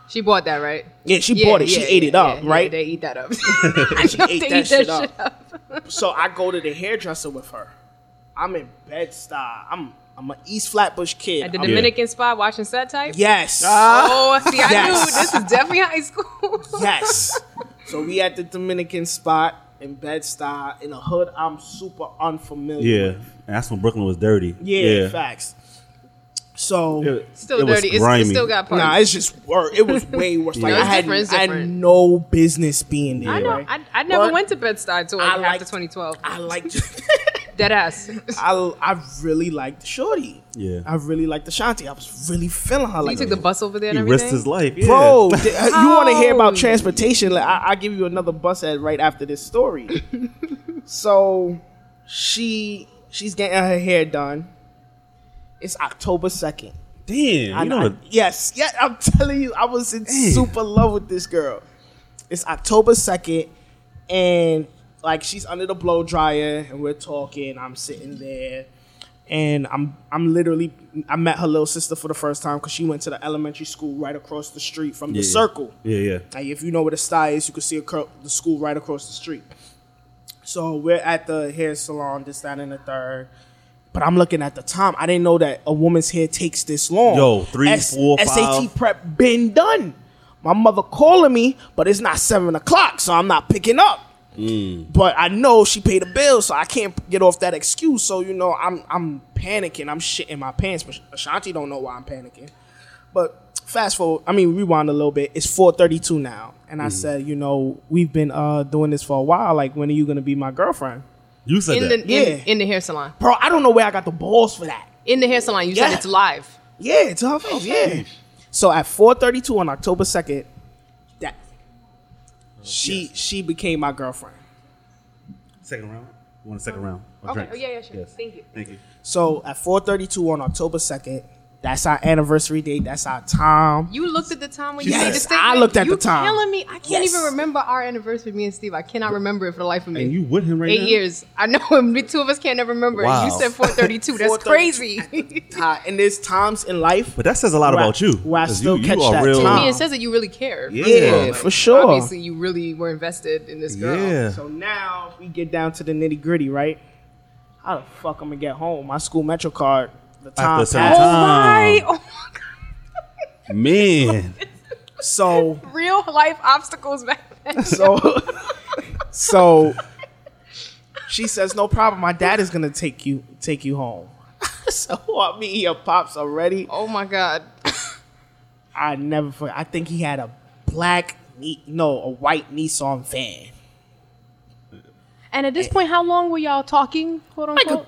She bought that, right? Yeah, she Yeah, bought it. she yeah, ate yeah, it up, yeah, yeah, right? they eat that up. she ate They that, shit, up. so I go to the hairdresser with her. I'm in Bed Stuy. I'm I'm an East Flatbush kid. At the I'm- Dominican spot, watching set type. yes. Oh, see, I Yes. knew this is definitely high school. Yes. so we at the Dominican spot in Bed Stuy in a hood I'm super unfamiliar. Yeah. with. And that's when Brooklyn was dirty. Yeah. Facts. So It- Still it was dirty. It's, grimy. it's still got parts. Nah, it's just worse. It was way worse. Like Yeah. I had, It's different, it's I had different. no business being there. I know. right? I, I never But went to Bed Stuy until like I after liked- 2012. I liked. Dead ass. I I really liked Shorty. Yeah. I really liked Ashanti. I was really feeling her. you Like, took the bus over there and He risked everything. his life. Yeah. bro, th- you want to hear about How? transportation? Like, I, I'll give you another bus ad right after this story. so, she she's getting her hair done. It's October second. Damn. I you know. know, I- yes, yeah, I'm telling you, I was in super love with this girl. It's October second, and like she's under the blow dryer, and we're talking. I'm sitting there, and I'm I'm literally I met her little sister for the first time because she went to the elementary school right across the street from yeah. the circle. Yeah, yeah. Like if you know where the sty is, you can see a cur- the school right across the street. So we're at the hair salon, this, that, and the third. But I'm looking at the time. I didn't know that a woman's hair takes this long. Yo, three, four, five. SAT prep been done. My mother calling me, but it's not seven o'clock, so I'm not picking up. Mm. But I know she paid a bill, so I can't get off that excuse. So you know, I'm I'm panicking. I'm shitting my pants. But Ashanti don't know why I'm panicking. But fast forward, I mean rewind a little bit. It's 4:32 now, and Mm. I said, you know, we've been uh, doing this for a while. Like, when are you gonna be my girlfriend, You said in that. the in, Yeah. in the hair salon. bro? I don't know where I got the balls for that. In the hair salon. You Yeah. said it's live. Yeah, it's her Oh, face. Yeah. So at 4:32 on October 2nd, that she she became my girlfriend. Second round. You want a second round? of Okay. drinks? Oh, yeah, yeah, sure. Yes. Thank you. Thank you. So at 4:32 on October 2nd, That's our anniversary date. That's our time. You looked at the time when you Yes, made the statement. I looked at the You time. Killing me. I can't Yes. even remember our anniversary. Me and Steve. I cannot remember it for the life of me. And you with him right Eight now? years. I know him. The two of us can't never remember. Wow. You said 432. That's 4:32. crazy. Ti- And there's times in life. But that says a lot Where I- about you. where I 'cause still you, catch you are that real. I time. mean, it says that you really care. Yeah. Yeah, for sure. Obviously, you really were invested in this girl. Yeah. So now if we get down to the nitty gritty, right? How the fuck I'm gonna get home? My school Metro card. The time a certain Oh, passed. time. my. Oh, my Man. So God. Real life obstacles back then. so so she says no problem my dad is gonna take you take you home so i mean your pops already Oh, my God. i never forget i think he had a black Ni- no a white nissan van And at this point, how long were y'all talking? Quote like a, unquote.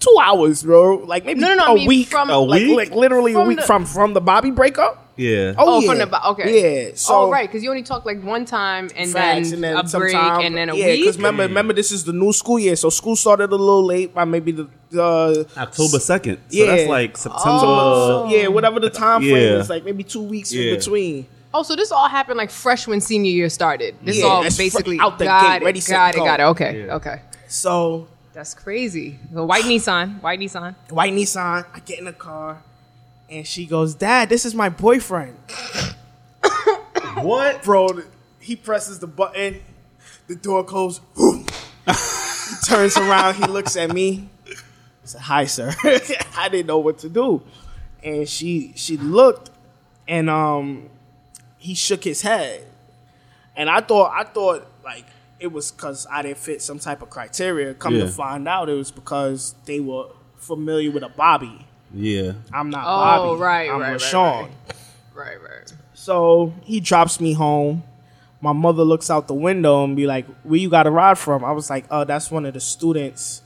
two hours bro like maybe No, no, no, a I mean week from- A like, week? like literally a From week the- from from the bobby breakup Yeah. Oh, from the bo- okay. yeah so oh, right, because you only talk like one time and Facts, then, and then a break sometime- and then a yeah, week. remember, remember, this is the new school year, so school started a little late by maybe the uh, October 2nd. So Yeah. that's like September. Oh. yeah, whatever the time frame Uh, Yeah. is, like maybe two weeks Yeah. in between. Oh, so this all happened like fresh when senior year started. This Yeah, all that's fr- basically out the got gate, it, ready, set, got it, go. got it. Okay, Yeah. okay. So That's crazy. The white Nissan, white Nissan. white Nissan, I get in the car, and she goes, "Dad, this is my boyfriend, What? bro." th- He presses the button, the door goes. Boom. he turns around, he looks at me. I said, "Hi, sir." I didn't know what to do, and she she looked, and um, he shook his head, and I thought I thought like it was because I didn't fit some type of criteria. Come Yeah. to find out, it was because they were familiar with a Bobby. Yeah. I'm not Oh, Bobby. right, I'm right, right, Rashawn. right. Right, right. So he drops me home. My mother looks out the window and be like, "Where you got a ride from?" I was like, "Oh, that's one of the students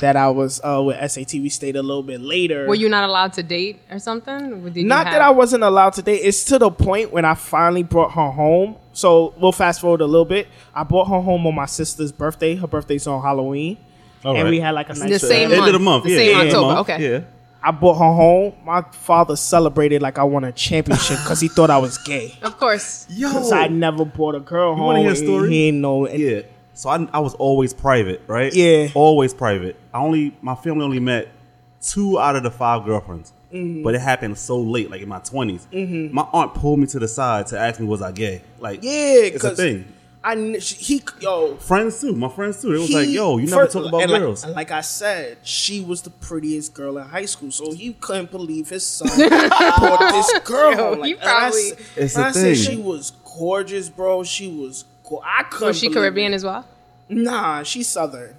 that I was uh, with SAT. We stayed a little bit later." Were you not allowed to date or something? Or did you Not have- that I wasn't allowed to date. It's to the point when I finally brought her home. So we'll fast forward a little bit. I brought her home on my sister's birthday. Her birthday's on Halloween, All and right. we had like a nice the little- same End month. of the month. The yeah. same end of the October, month. okay. Yeah. I brought her home. My father celebrated like I won a championship because he thought I was gay. Of course. Yo. Cause I never brought a girl home. wanna hear a and story? He ain't know. and- Yeah. So I, I was always private, right? Yeah. Always private. I only my family only met two out of the five girlfriends, Mm-hmm. but it happened so late, like in my 20s My aunt pulled me to the side to ask me was I gay. Like Yeah, it's a 'cause thing. I kn- she- he yo. Friends too, my friends too. They was he- like, "Yo, you never first- talk about and like- girls." and Like, I said, she was the prettiest girl in high school, so he couldn't believe his son brought this girl Yo, home. Like, he and I probably- s- It's and a I said thing. she was gorgeous, bro. She was. Go- I couldn't. Was she believe Caribbean it. as well? Nah, she's southern.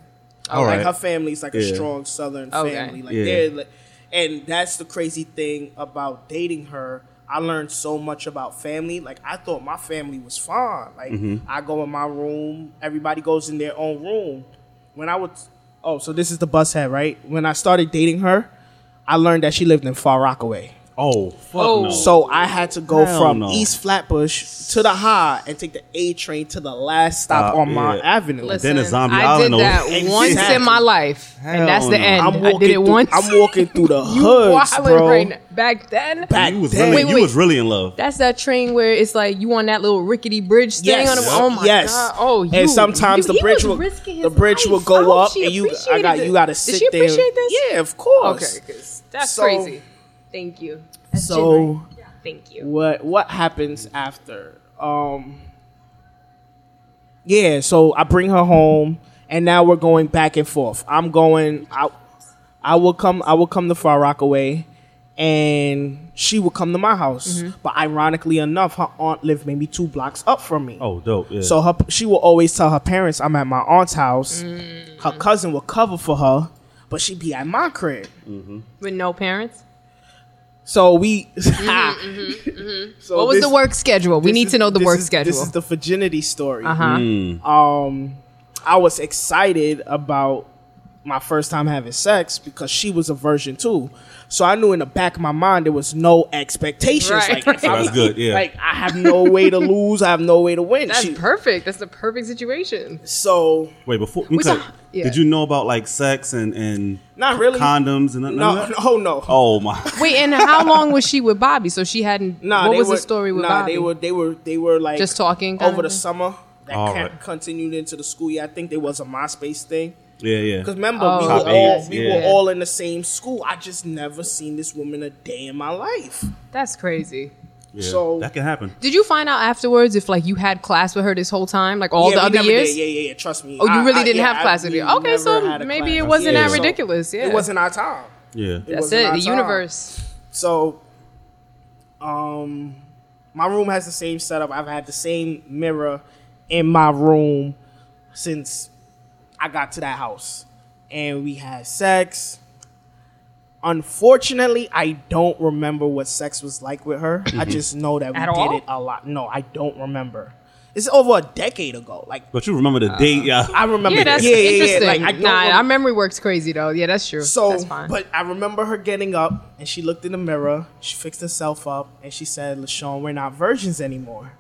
All like right. her family's like a Yeah. strong southern Okay. family like Yeah. they're like, and that's the crazy thing about dating her i learned so much about family like i thought my family was fine like Mm-hmm. i go in my room everybody goes in their own room when i would oh so this is the bus head right when i started dating her i learned that she lived in far rockaway oh fuck Oh. no. so I had to go Hell from no. East Flatbush to the high and take the A train to the last stop Stop, on my yeah. avenue. Listen, a zombie I did island that over- once Exactly. in my life, Hell and that's the no. end. I'm I walking did it through, once. I'm walking through the you hoods, wildin' bro. right now. back then. Back you was then. really, Wait, you wait. was really in love. That's that train where it's like you on that little rickety bridge thing Yes. on the oh my Yes. god oh you, and sometimes the you- he bridge was will risking his the bridge will life. I go hope up she and you I appreciated got it. you got to Did sit she there. appreciate this? Yeah, of course. okay 'cause that's So- crazy thank you That's So genuine. thank you what what happens after? Um Yeah, so I bring her home and now we're going back and forth. I'm going I I will come I will come to Far Rockaway and she will come to my house. Mm-hmm. But ironically enough, her aunt lived maybe two blocks up from me. oh dope. Yeah. So her, she will always tell her parents, "I'm at my aunt's house." Mm. Her cousin will cover for her, but she be at my crib. with no parents So we. so Mm-hmm, what was this- the work schedule we this need is- to know the this work is- schedule This is the Mm. virginity story. uh-huh Um, I was excited about my first time having sex because she was a virgin too. So I knew in the back of my mind there was no expectations. Right, like, if right. I'm- That's good, yeah. Like I have no way to lose. I have no way to win. That's She- perfect. That's the perfect situation. so Wait, before okay. saw- yeah. did you know about like sex and and Not really. condoms and nothing? no, like that? no, no. Oh my! Wait, and how long was she with Bobby? So she hadn't. Nah, what they was were, the story with nah, Bobby? they were they were they were like Just talking kinda over the thing? summer. That All ca- right. continued into the school year. I think there was a MySpace thing. Yeah, yeah. Because remember, Oh, we Top were all eight, we yeah. were all in the same school. I just never seen this woman a day in my life. That's crazy. Yeah. so- that can happen. Did you find out afterwards if like you had class with her this whole time, like all yeah, the we other never years? Did. Yeah, yeah, yeah. Trust me. Oh, you I- really I- didn't yeah, have class with we her. Okay, never so had a maybe class. it wasn't Yeah. that So, ridiculous. Yeah, It wasn't our time. Yeah. It That's wasn't it. our The time. universe. So, um, my room has the same setup. I've had the same mirror in my room since I got to that house, and we had sex. Unfortunately, I don't remember what sex was like with her. I just know that we At did all? it a lot. No, I don't remember. It's over a decade ago. Like But you remember the date, yeah? I remember. Yeah, that's yeah, yeah, interesting. Yeah. Like I don't nah, remember- our memory works crazy though. Yeah, that's true. so, that's fine. but I remember her getting up and she looked in the mirror. She fixed herself up and she said, "Lashawn, we're not virgins anymore."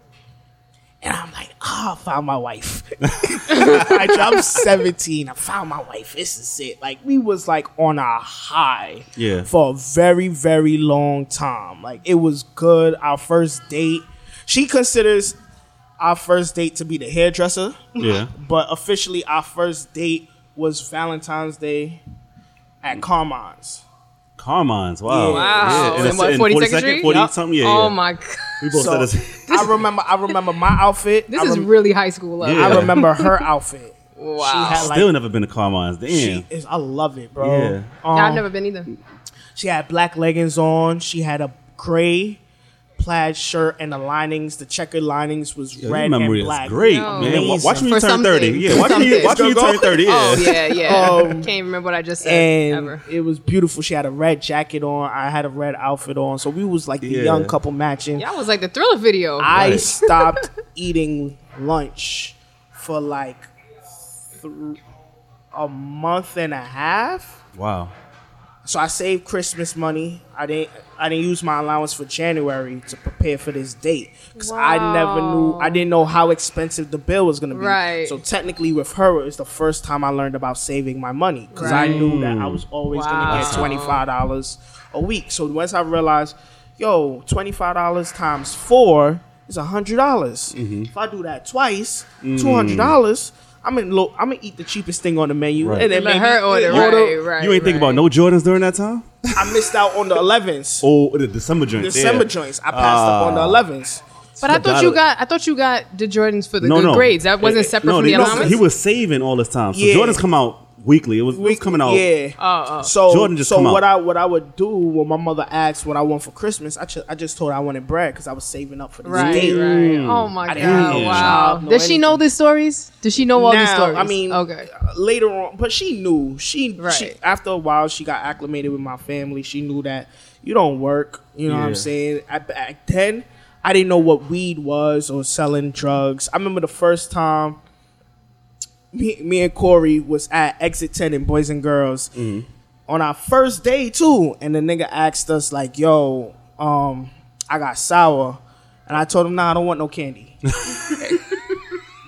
And I'm like, "Ah, I found my wife. I, I'm 17. I found my wife. This is it. Like we was like on a high, Yeah. for a very very long time. Like it was good. Our first date. She considers our first date to be the hairdresser. yeah. But officially, our first date was Valentine's Day at Carmine's. Carmine's. Wow. Yeah. wow. Yeah. and Ah, what, 42nd, Street? 40 Yup. something. Yeah. Oh yeah. my god. We both So said this. I remember, I remember my outfit. This I is rem- really high school love. Yeah. I remember her outfit. Wow. She had like Still never been to Carmine's. Damn. she is. I love it, bro. Yeah. Um, Yeah, I've never been either. She had black leggings on. She had a gray plaid shirt and the linings. The checkered linings was Your red memory and black. is great, No. man. Wa- Watch Amazing. me turn For something. 30. Yeah, For watch me, something. watch me turn 30. Yeah. Oh yeah, yeah. Um, Can't remember what I just said and ever. it was beautiful. She had a red jacket on. I had a red outfit on. So we was like the Yeah. young couple matching. Y'all was like the thriller video. I Right. stopped eating lunch for like th- a month and a half. Wow. So I saved Christmas money. I didn't. I didn't use my allowance for January to prepare for this date because I never knew. I didn't know how expensive the bill was going to be. Right. So technically, with her, it was the first time I learned about saving my money because I knew that I was always going to get Wow. twenty five dollars a week. So once I realized, yo, twenty five dollars times four is hundred dollars. If I do that twice, two hundred dollars. I'm in low, I'm gonna eat the cheapest thing on the menu, Right. and then Let maybe her order, right, right. you ain't think about right. no Jordans during that time? I missed out on the 11s. Oh, Ah. the December joints. December yeah. joints. I passed up on the 11s. But I thought you Gotta- got I thought you got the Jordans for the No, good no. grades. That wasn't Eh, separate no, from they- the no, allowance. He was saving all this time. So Yeah. Jordans come out weekly. It was, it was coming out. Ah. Yeah. Oh, oh. So Jordan just so come out. what I what I would do when my mother asked what I want for Christmas, I just I just told her I wanted bread because I was saving up for this right, date. right. Oh my I god! didn't have no Wow. job, no Does she know anything. these stories? Does she know all these Now, stories? I mean, okay. later on, but she knew. She, she Right. after a while, she got acclimated with my family. She knew that you don't work. You know what Yeah. I'm saying? At, back then, I didn't know what weed was or selling drugs. I remember the first time me, me and Corey was at Exit 10 in Boys and Girls on our first day, too. And the nigga asked us, like, yo, um, I got sour. And I told him, nah, I don't want no candy.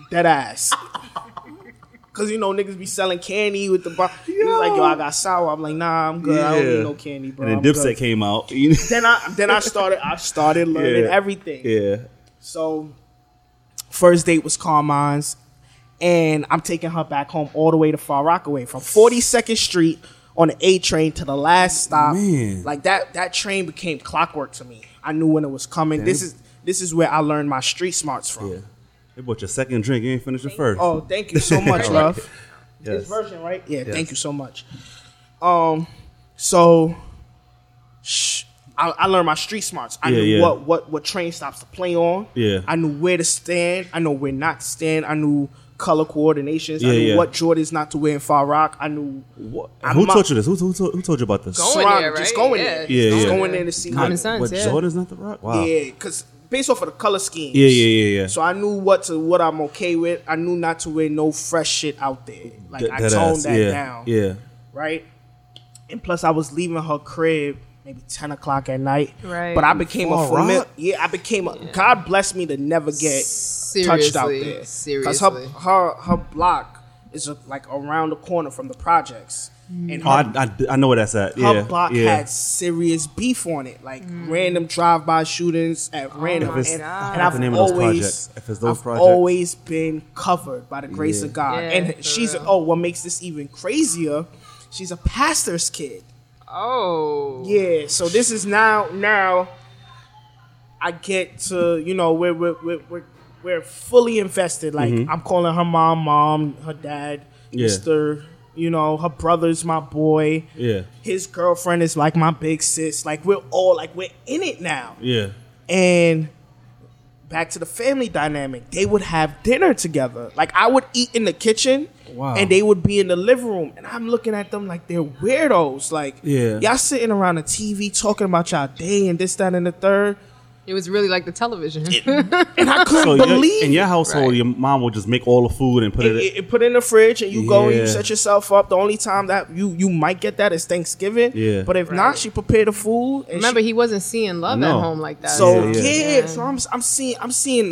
Dead ass. Cause you know niggas be selling candy with the bar. He was like, yo, I got sour. I'm like, nah, I'm good. I don't Yeah. need no candy, bro. And then I'm Dipset good." came out. Then I then I started I started learning Yeah. everything. yeah. So first date was Carmine's, and I'm taking her back home all the way to Far Rockaway from 42nd Street on the A train to the last stop. Man. Like that that train became clockwork to me. I knew when it was coming. This is this is where I learned my street smarts from. Yeah. They bought your second drink. You ain't finished your first. Oh, thank you so much, love. yes. This version, right? Yeah. Yes. Thank you so much. Um, so sh- I, I learned my street smarts. I Yeah, knew yeah. what what what train stops to play on. Yeah. I knew where to stand. I know where not to stand. I knew color coordinations. Yeah, I knew yeah. what Jordans not to wear in Far Rock. I knew What? I'm Who not- told you this? Who, who, told- who told you about this? Going surround- there, just right? going Yeah, there, just Yeah, just yeah. going there to see. Common what- sense, What, yeah. Jordan's not the rock? Wow. Yeah, because based off of the color schemes. Yeah, yeah, yeah, yeah. So I knew what to what I'm okay with. I knew not to wear no fresh shit out there. Like Th- I that toned ass, that yeah, down. Yeah. right? And plus, I was leaving her crib maybe ten o'clock at night. Right. But I became a Far Rock? familiar. Yeah, I became a. God bless me to never get touched out Seriously, there. Because her, seriously. her her block is uh, like around the corner from the projects, and Oh, her I, I, I know where that's at. her yeah, block yeah. had serious beef on it, like random drive-by shootings at random. If it's- and, Mm. Oh I and God. forgot I've the name of always, those projects. If it's those I've projects- always been covered by the grace of God. Yeah, for and she's real. oh, what makes this even crazier? She's a pastor's kid. Oh. Yeah, so this is now now I get to, you know, we're we're we're, we're, we're fully invested. Like I'm calling her mom mom, her dad, Mm-hmm. Yeah. Mr. You know, her brother's my boy. Yeah. His girlfriend is like my big sis. Like we're all like we're in it now. Yeah. And back to the family dynamic, they would have dinner together. Like I would eat in the kitchen, Wow. and they would be in the living room, and I'm looking at them like they're weirdos. Like Yeah. y'all sitting around the TV talking about y'all day and this, that, and the third, It was really like the television. and I couldn't So your- believe in your household, Right. your mom will just make all the food and put it. it, it- it put in the fridge and you go and you Yeah. set yourself up. The only time that you you might get that is Thanksgiving. Yeah. But if not, she prepared the food. And Remember, she, he wasn't seeing love No. at home like that. so Yeah, yeah, yeah. So I'm I'm seeing I'm seeing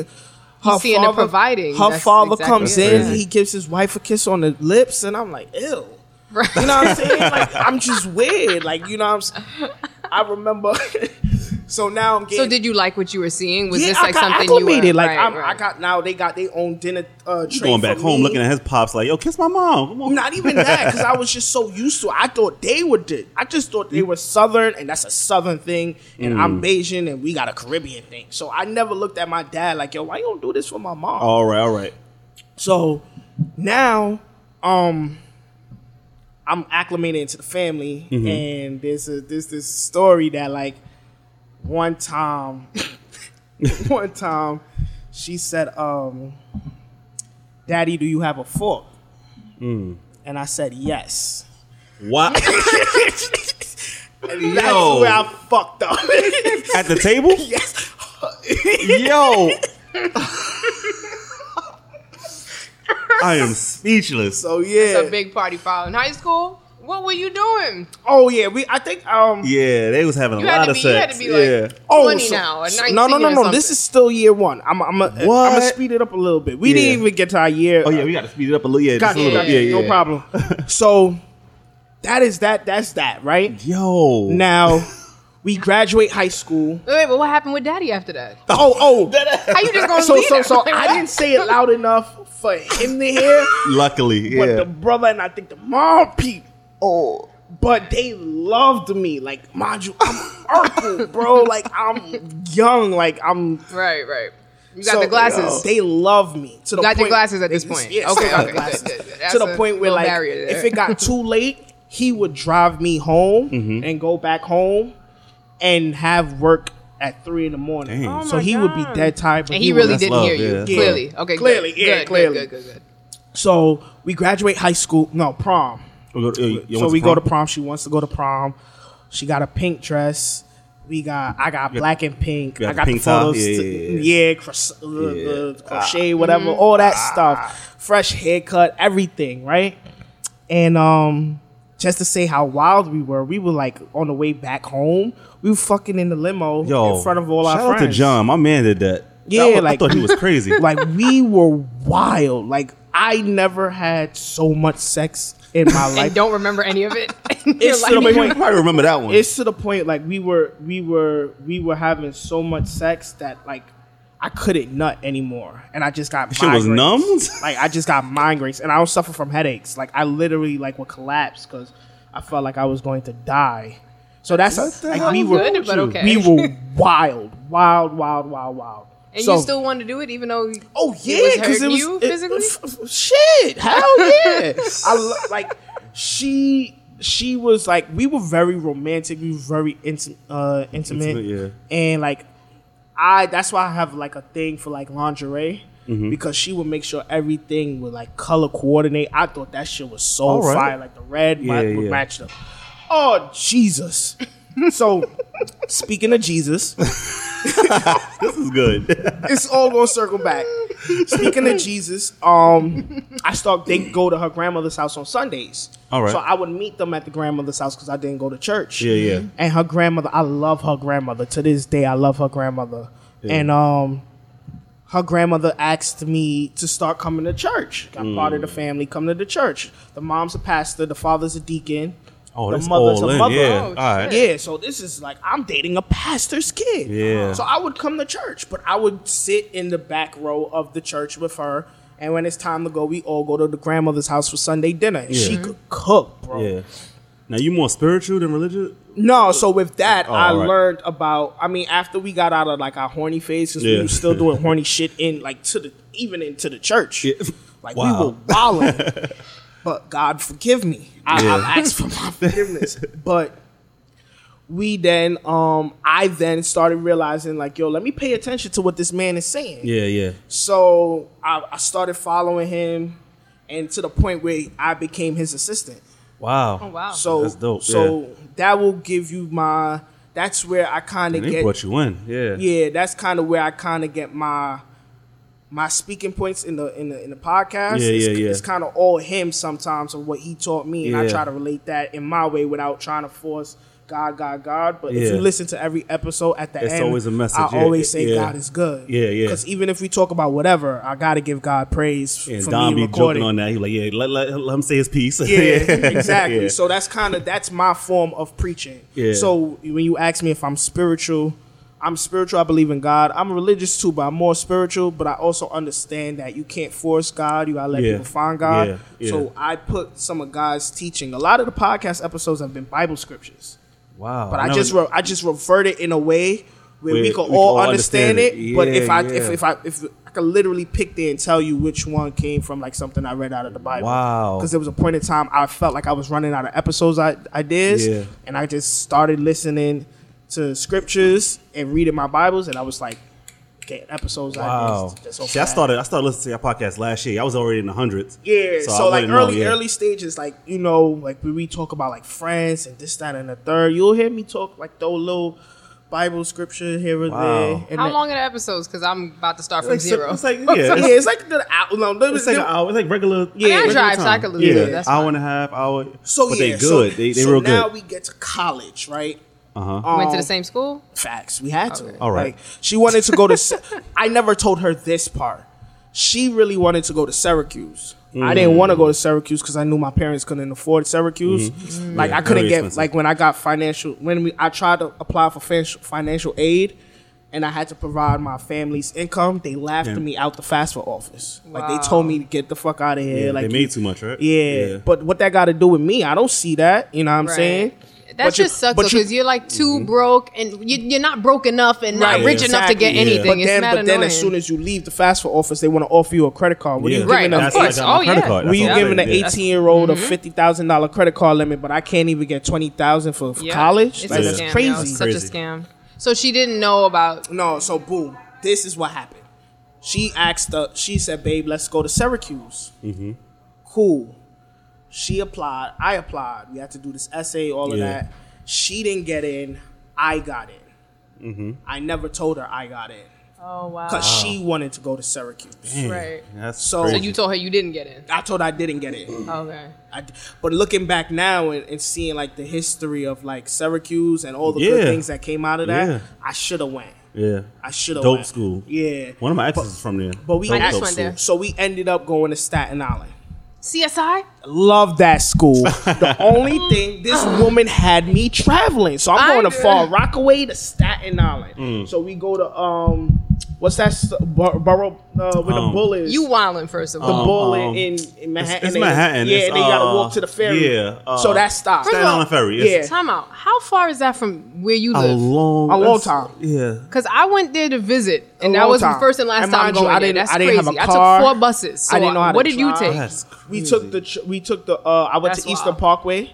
her seeing the father providing. Her That's father exactly comes it. in, Crazy. he gives his wife a kiss on the lips, and I'm like, ew. Right. You know what I'm saying? Like I'm just weird. Like you know what I'm. s- I remember. so now I'm getting. So did you like what you were seeing? Was yeah, this like I got something you acclimated. were like right, I'm, I right. got now they got their own dinner uh, He's tray going back for home me. looking at his pops like, yo, kiss my mom. Come on. Not even that, because I was just so used to. it. I thought they were did. I just thought they were Southern, and that's a Southern thing, and I'm Bayesian, and we got a Caribbean thing. So I never looked at my dad like, yo, why you don't do this for my mom? all right, all right. So now, um, I'm acclimated into the family, and there's a there's this story that like one time, one time, she said, um, "Daddy, do you have a fork?" And I said, "Yes." What? And that's Yo. where I fucked up. At the table? yes. Yo. I am speechless. Oh, So yeah. It's a big party foul in high school. What were you doing? oh yeah. We. I think. Um. Yeah, they was having a You had lot to of be. You had sex. to be like yeah. twenty Oh, so- now or so- nineteen. No, no, no, or no. This something. is still year one. I'm, I'm, I'm gonna What? speed it up a little bit. We Yeah. didn't even get to our year. Oh yeah, we got to speed it up a little. Yeah, just Got a you, little. got yeah, you, yeah. no problem. so that is that. That's that. Right Yo. now, we graduate high school. Wait, wait, but what happened with Daddy after that? Oh, oh. How you just gonna so, leave so, it? so Like, I what? didn't say it loud enough for him to hear, Luckily, but yeah. the brother and I think the mom peeped. Oh. But they loved me. Like, mind you, I'm Urkel, bro. Like, I'm young. Like, I'm Right, right. You got So, the glasses. They love me. To the Got your point, glasses at this Yes, point. yes, Okay, I got okay, glasses. good, good. That's To a the point where little like barrier there. if it got too late, he would drive me home and go back home and have work at three in the morning. Dang. Oh so my he would be God. dead tired. But and he really that's didn't love, hear you yeah. Yeah. clearly. Okay, good, Clearly, yeah, good, clearly. Good, good, good, good. So we graduate high school. No prom. We go- yo, you went so we go to prom. She wants to go to prom. She got a pink dress. We got I got black and pink. you got I got the pink the top? photos. Yeah, to- yeah, Yeah, yeah, Ah. cross- uh, uh, crochet, whatever, all that stuff. Fresh haircut, everything, right? And um, just to say how wild we were, we were like on the way back home. We were fucking in the limo Yo, in front of all our shout out friends. to John. My man did that. Yeah, I, I like- thought he was crazy. Like we were wild. Like I never had so much sex in my And life. don't remember any of it. It's to the you point probably remember that one. it's to the point like we were we were we were having so much sex that like I couldn't nut anymore, and I just got Shit was migraines. numb. Like I just got migraines, and I don't suffer from headaches. Like I literally like would collapse because I felt like I was going to die. So that's What the like hell we is were good, but okay. we were wild, wild, wild, wild, wild. and So- you still wanted to do it, even though Oh it was yeah, because it hurting was you it- it- physically. f- f- shit, hell yeah! I lo- like she she was like we were very romantic, we were very inti- uh, intimate, Intimate, and like I that's why I have like a thing for like lingerie. Mm-hmm. Because she would make sure everything would like color coordinate. I thought that shit was so All right. fire. Like the red Yeah, mi- would yeah. match them. Oh Jesus! so speaking of Jesus, this is good. it's all gonna circle back. Speaking of Jesus, um, I start they go to her grandmother's house on Sundays. All right. So I would meet them at the grandmother's house because I didn't go to church. Yeah, yeah. And her grandmother, I love her grandmother. To this day, I love her grandmother. And um, her grandmother asked me to start coming to church. I'm part Mm. of the family. Come to the church. The mom's a pastor. The father's a deacon. Oh, the that's all in. Yeah. Oh, all right. shit. Yeah, so this is like I'm dating a pastor's kid. Yeah. So I would come to church, but I would sit in the back row of the church with her. And when it's time to go, we all go to the grandmother's house for Sunday dinner. And She could cook, bro. Yeah. Now you more spiritual than religious? No, so with that, I all Oh, right. learned about. I mean, after we got out of like our horny phase, 'cause we Yeah. were still doing horny shit in like to the even into the church. Like Wow. we were wilding. but God forgive me. I, I've asked for my forgiveness. But we then um I then started realizing like, yo, let me pay attention to what this man is saying. Yeah, yeah. So I, I started following him and to the point where I became his assistant. Wow. Oh, wow. So That's dope, So that will give you my that's where I kinda And they get brought you in. Yeah. yeah, that's kind of where I kind of get my my speaking points in the in the in the podcast. Yeah, it's, yeah, yeah. It's kind of all him sometimes of what he taught me, and I Yeah. try to relate that in my way without trying to force God, God, God. But if Yeah. you listen to every episode at the It's end, always a message, I yeah, always say yeah. God is good. Yeah, yeah. Because even if we talk about whatever, I got to give God praise And for Don me be recording. joking on that. He like, yeah, let, let, let him say his piece. Yeah, exactly. Yeah. So that's kind of that's my form of preaching. Yeah. So when you ask me if I'm spiritual, I'm spiritual. I believe in God. I'm religious too, but I'm more spiritual. But I also understand that you can't force God. You gotta let Yeah. people find God. Yeah, yeah. So I put some of God's teaching. A lot of the podcast episodes have been Bible scriptures, wow. but I, never- just re- I just revert it in a way where we, Where can we can all all understand, understand it. it. But Yeah, if I yeah. if, if I if I could literally pick there and tell you which one came from like something I read out of the Bible. Wow. Because there was a point in time I felt like I was running out of episodes I ideas, Yeah. and I just started listening to scriptures and reading my Bibles, and I was like, okay, episodes Wow. ideas. just so See, I fast. started. I started listening to your podcast last year. I was already in the hundreds. Yeah, so, I like wouldn't know, early yeah. early stages, like you know, like when we talk about like friends and this, that, and the third, you'll hear me talk like throw a little Bible scripture here or there. Wow. And How then- long are the episodes? Because I'm about to start from Like, so- zero. It's like yeah, Yeah, it's, it's like the hour. No, there was- it's like an there- hour. It's like regular. Yeah. I gotta regular drive, so I time. could lose Yeah, it. That's hour fine. and a half hour. so but yeah, they good. So, they they so real now good. we get to college, right? uh huh. Went to Um, the same school. Facts. We had to. All right. Like, she wanted to go to. Sy- I never told her this part. She really wanted to go to Syracuse. I Mm. didn't want to go to Syracuse because I knew my parents couldn't afford Syracuse. Like Mm-hmm. Yeah, I couldn't very get expensive. like when I got financial when we, I tried to apply for financial financial aid, and I had to provide my family's income. They laughed Yeah. me out the FAFSA office. Like they told me to get the fuck out of here. Yeah, like they made too much, right? yeah. But what that got to do with me? I don't see that. You know what I'm Right. saying? That But you- just sucks but you- Mm-hmm. because you, are like too broke and you, you're not broke enough and Right, not rich enough to exactly. get Yeah. anything. But it's then, mad but then annoying. as soon as you leave the fast food office, they want to offer you a credit card. What are Yeah. you giving Right, them? of That's why I course. got my Oh, credit yeah. card. Were That's Were you what I giving an did. eighteen-year-old Mm-hmm. a fifty thousand dollar credit card limit, but I can't even get twenty thousand for, for Yeah. college? it's Like, a that's scam, crazy. y'all. It's such Crazy. a scam. So she didn't know about. No, so boom, this is what happened. She asked the, she said, "Babe, let's go to Syracuse." Mm-hmm. Cool. She applied. I applied. We had to do this essay, all of Yeah. that. She didn't get in. I got in. I never told her I got in Oh wow! because she wanted to go to Syracuse. Yeah. Right. That's So- So crazy. you told her you didn't get in. I told her I didn't get it. Okay. I d but looking back now and, and seeing like the history of like Syracuse and all the Yeah. good things that came out of that, Yeah. I should have went. yeah. I should have Dope went. school. Yeah. One of my exes is from there. But we dope, I just dope went school. there. so we ended up going to Staten Island. CSI. Love that school. the only thing this woman had me traveling. So I'm I going to did. Far Rockaway to Staten Island. Mm. So we go to um what's that s- bor- borough uh, where the Um, bull is? You wildin' first of the all. bull um, in, in Manhattan. it's Manhattan. Yeah, It's, they gotta uh, walk to the ferry. yeah, uh, so that stopped. Staten First of all, Island Ferry. It's- yeah. Time out. How far is that from where you a live? long, A long that's- time. Yeah, Because I went there to visit, and A that long was the time. first and last And time mind you, going I there. didn't- That's I didn't have crazy. a I car. took four buses. So I didn't know how to What did you drive. take? that's crazy. We took the tr- we took the uh, I went That's to Eastern wild. Parkway,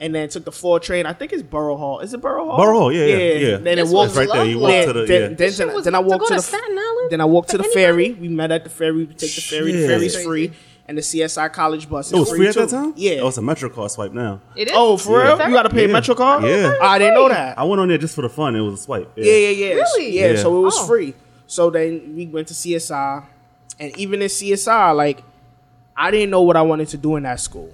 and then took the four train. I think it's Borough Hall. Is it Borough Hall? Borough Hall, yeah, yeah, yeah. Then it This walked was right there. You walk lovely. to the then, yeah. then, shit was then I to walked go to, to the Staten Island? Then I walked to For the ferry. We met at the ferry. We take the ferry. The Shit. ferry's Crazy. free, and the CSI college bus. It was free at too. that time. Yeah. oh, it's a Metro card swipe now. It is. oh, for Yeah. real? You got to pay Yeah. Metro card? Yeah. I didn't know that. I went on there just for the fun. It was a swipe. Yeah, yeah, yeah. Really? Yeah, Yeah. so it was Oh. free. So then we went to CSI. And even in CSI, like I didn't know what I wanted to do in that school.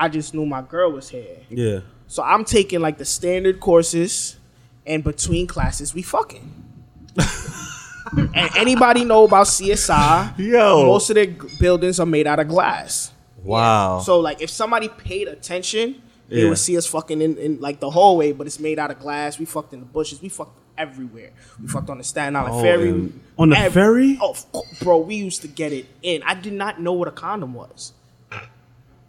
I just knew my girl was here. Yeah. So I'm taking like the standard courses, and between classes we fucking. and anybody know about CSI? Yo. most of the g- buildings are made out of glass. Wow. So like, if somebody paid attention, they Yeah. would see us fucking in, in like the hallway, but it's made out of glass. We fucked in the bushes. We fucked everywhere. We fucked on the Staten Island Oh, ferry. and- on the ferry? Oh, of cou- bro, we used to get it in. I did not know what a condom was.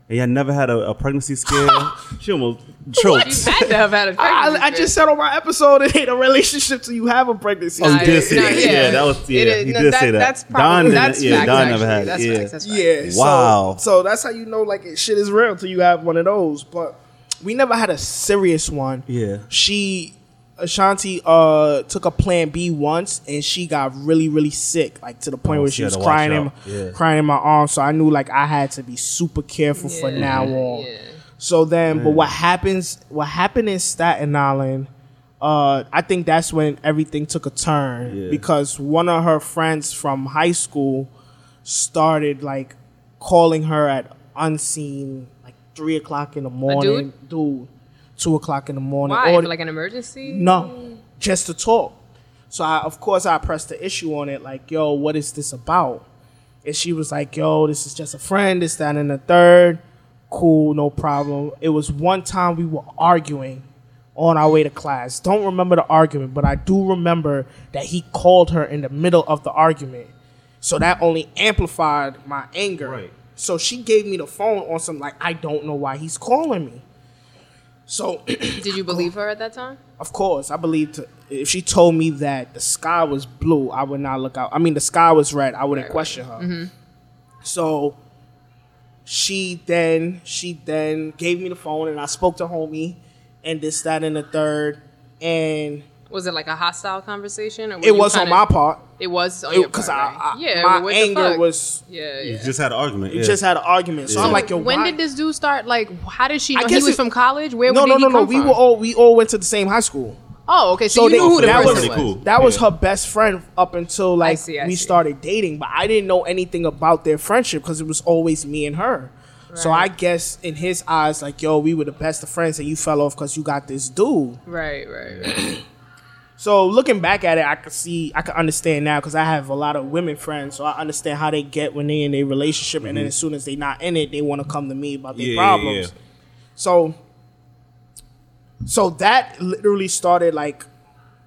And y'all never had a, a pregnancy scare? she almost choked. You had to have had a I, pregnancy, I just bitch. said on my episode, it ain't a relationship till you have a pregnancy. Oh, you Nah, did say nah, that. yeah. Yeah. that was yeah. It is- you no, did that- say that. That's probably Don that's didn't- yeah, facts, Don actually. never had. That's yeah. facts, that's facts. Yeah. so- Wow. So, that's how you know like it- shit is real till you have one of those. But we never had a serious one. Yeah. She Ashanti uh took a plan B once and she got really, really sick, like to the point Oh, where she she had was to watch crying in out. Yeah. crying in my arms. So I knew like I had to be super careful for Yeah, now on. yeah. So then but what happens what happened in Staten Island uh, I think that's when everything took a turn Yeah. because one of her friends from high school started like calling her at unseen like three o'clock in the morning, dude, two o'clock in the morning, Why? or For, like an emergency? no, just to talk. So I, of course, I pressed the issue on it, like, yo, what is this about? And she was like, yo, this is just a friend, this, that, and the third. Cool, no problem. It was one time we were arguing on our way to class. Don't remember the argument, but I do remember that he called her in the middle of the argument. So that only amplified my anger. Right. So she gave me the phone on some, like, I don't know why he's calling me. So Did you believe her at that time? Of course, I believed if she told me that the sky was blue, I would not look out. I mean, the sky was red, I wouldn't question her. Mm-hmm. So she then she then gave me the phone, and I spoke to homie, and this, that, and the third, and Was it like a hostile conversation? Or were it you was on kinda- my part It was on your because part, I, right? I- yeah, but my what the anger fuck? was Yeah, You yeah. just had an argument. we yeah. just had an argument. So Yeah. I'm like, yo, when why- did this dude start? Like, how did she I know he guess was it- from college? Where No, did no, he no, come no. We from? were all we all went to the same high school. oh, okay. So, you knew who the that person was was. pretty cool. That was Yeah. her best friend up until like see, I we see. started dating, but I didn't know anything about their friendship because it was always me and her. So I Right. guess in his eyes, like yo, we were the best of friends, and you fell off because you got this dude. Right, right, right. So looking back at it, I could see, I could understand now because I have a lot of women friends, so I understand how they get when they in a relationship, and then as soon as they not in it, they want to come to me about their Mm-hmm. Yeah, yeah, problems. yeah. So, so that literally started like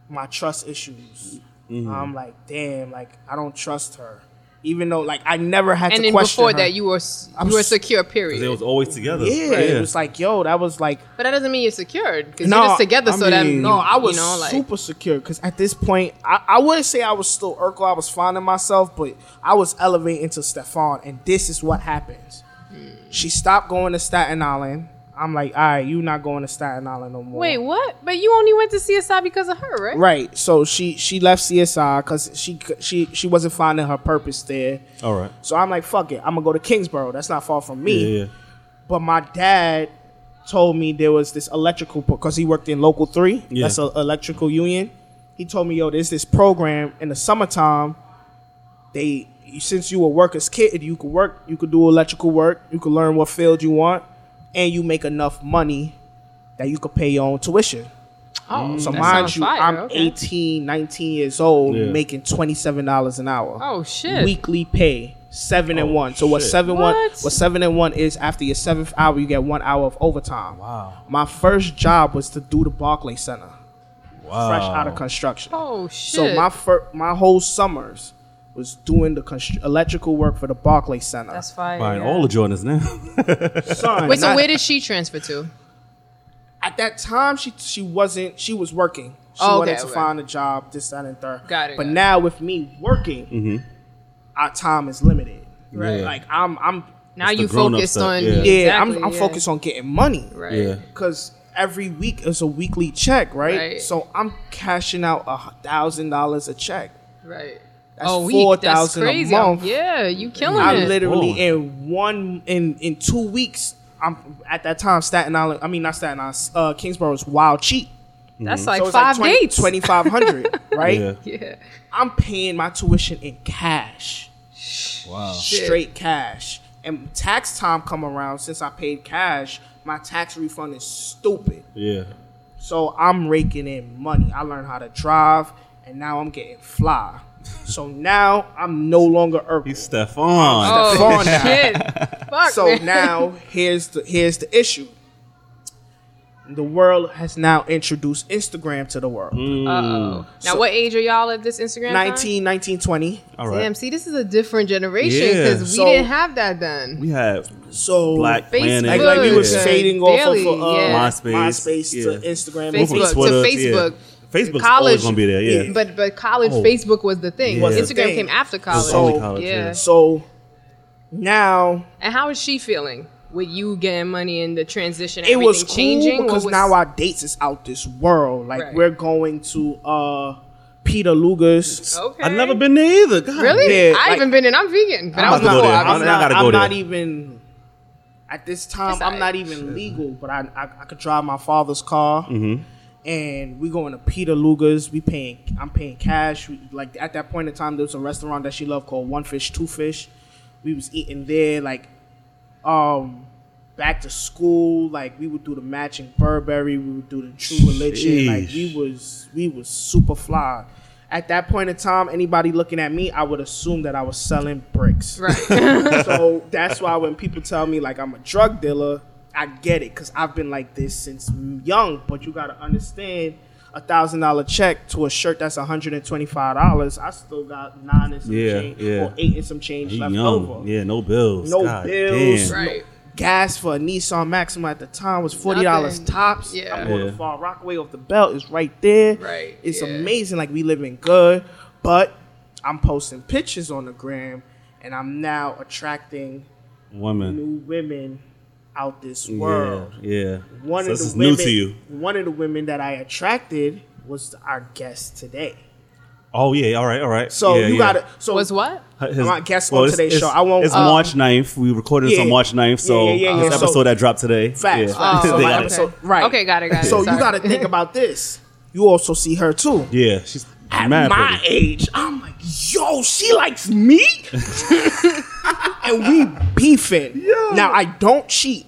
my trust issues. Mm-hmm. I'm like, damn, like I don't trust her, even though like I never had And to then question before her. that, you were s- I'm you were s- secure. 'Cause They Period. was always together. yeah, it was like, yo, that was like but that doesn't mean you're secured because No, you're just together. I so that mean- No, I was you know, like, super secure because at this point, I, I wouldn't say I was still Urkel. I was finding myself, but I was elevating to Stefan, and this is what happens. Hmm. She stopped going to Staten Island. I'm like, all right, you not going to Staten Island no more. Wait, what? But you only went to CSI because of her, right? Right. So she she left CSI because she c- she she wasn't finding her purpose there. All right. So I'm like, fuck it, I'm gonna go to Kingsborough. That's not far from me. Yeah, yeah. But my dad told me there was this electrical because he worked in Local Three. Yeah. That's an electrical union. He told me, yo, there's this program in the summertime. They since you a worker's kid, you could work, you could do electrical work, you could learn what field you want, and you make enough money that you could pay your own tuition. Oh, Mm, So that mind sounds you, fire, I'm okay. 18, 19 years old, Yeah. making $27 an hour. Oh shit. Weekly pay, seven and one. So what shit. seven one What? what seven and one is after your seventh hour, you get one hour of overtime. Wow. My first job was to do the Barclay Center. Wow. Fresh out of construction. Oh shit. so my fir- my whole summers was doing the constr- electrical work for the Barclay Center. that's fire. Buying yeah. all the Jordans now. Son, Wait, so not- where did she transfer to? at that time she she wasn't she was working. She Oh, okay, wanted to okay. find a job, this, that, and third. Got it, But got it. now with me working, our time is limited. Right. Yeah. Like I'm I'm Now It's the you grown-up focused stuff, on yeah. yeah. yeah, I'm exactly, I'm yeah. focused on getting money. Right. yeah. Cause every week is a weekly check, right? Right. So I'm cashing out a thousand dollars a check. Right. That's oh, we that's 4,000 a crazy. month. Yeah, you killing I it. literally Oh. in one in in two weeks. I'm at that time Staten Island. I mean not Staten Island. Uh, Kingsborough is wild cheap. that's like So it's five like dates. twenty five hundred, right? Yeah. Yeah. I'm paying my tuition in cash. cash. Wow. Straight cash. And tax time come around since I paid cash, my tax refund is stupid. Yeah. So I'm raking in money. I learned how to drive, and now I'm getting fly. So now I'm no longer Urkel. He's Stefan. Oh Stephon now. shit! Fuck. so man. now here's the here's the issue. The world has now introduced Instagram to the world. Mm. Uh-oh. Now, what age are y'all at this Instagram? 19, 19, 20. All Time? right. Damn. See, this is a different generation Yeah. because we So- didn't have that then. We had So Black Planet. like, like we Good. was Yeah. fading off Barely, of uh, yeah. MySpace, MySpace to yeah. Instagram. Move Facebook to from Twitter, Facebook. Yeah. Facebook's College- always gonna be there. Yeah. Yeah. But but college Oh. Facebook was the thing. Was the Instagram thing. came after college. was only college, yeah. yeah. So now And how is she feeling with you getting money and the transition? it was everything cool changing or because was- now our dates is out this world. Like Right. we're going to uh Peter Luger's. Okay. I've never been there either. God. Really? Yeah, I like- even been in. I'm vegan, but I'm I was about to not. go there. I I'm was I'm, I not. not, gotta I'm go not there. even at this time. It's I'm alright. not even legal, but I, I I could drive my father's car, Mm-hmm. and we going to Peter Luger's. We paying. I'm paying cash. We, like at that point in time, there was a restaurant that she loved called One Fish Two Fish. We was eating there. Like, um, back to school. Like we would do the matching Burberry. We would do the True Religion. Like we was we was super fly. At that point in time, anybody looking at me, I would assume that I was selling bricks Right. so that's why when people tell me like I'm a drug dealer, I get it because I've been like this since young. But you gotta understand, a thousand dollar check to a shirt that's one hundred and twenty five dollars, I still got nine and some Yeah, change yeah. or eight and some change You left young. over. Yeah. No bills. No God bills. damn. right. Gas for a Nissan Maxima at the time was forty dollars Nothing. tops. Yeah. I'm going Yeah. to Far Rockaway off the belt. It's right there. Right, It's yeah. amazing. Like we living good, but I'm posting pictures on the gram, and I'm now attracting Woman. new women out this Yeah. world. Yeah. One so of this the is women, new to you. One of the women that I attracted was our guest today. Oh yeah. All right. All right. So Yeah, you yeah. gotta so Was what? His- I'm not guest on it's- today's it's- show. I won't- It's uh, March 9th. We recorded this yeah. on March 9th, so Yeah, yeah, yeah, this yeah. episode So- that dropped today. Facts, yeah. facts. They Oh, got okay. it. So- right. Okay, got it, got it. So you Sorry. gotta think about this. You also see her too. Yeah, she's At mad my pretty. age, I'm like, yo, she likes me, and we beefing. Now I don't cheat,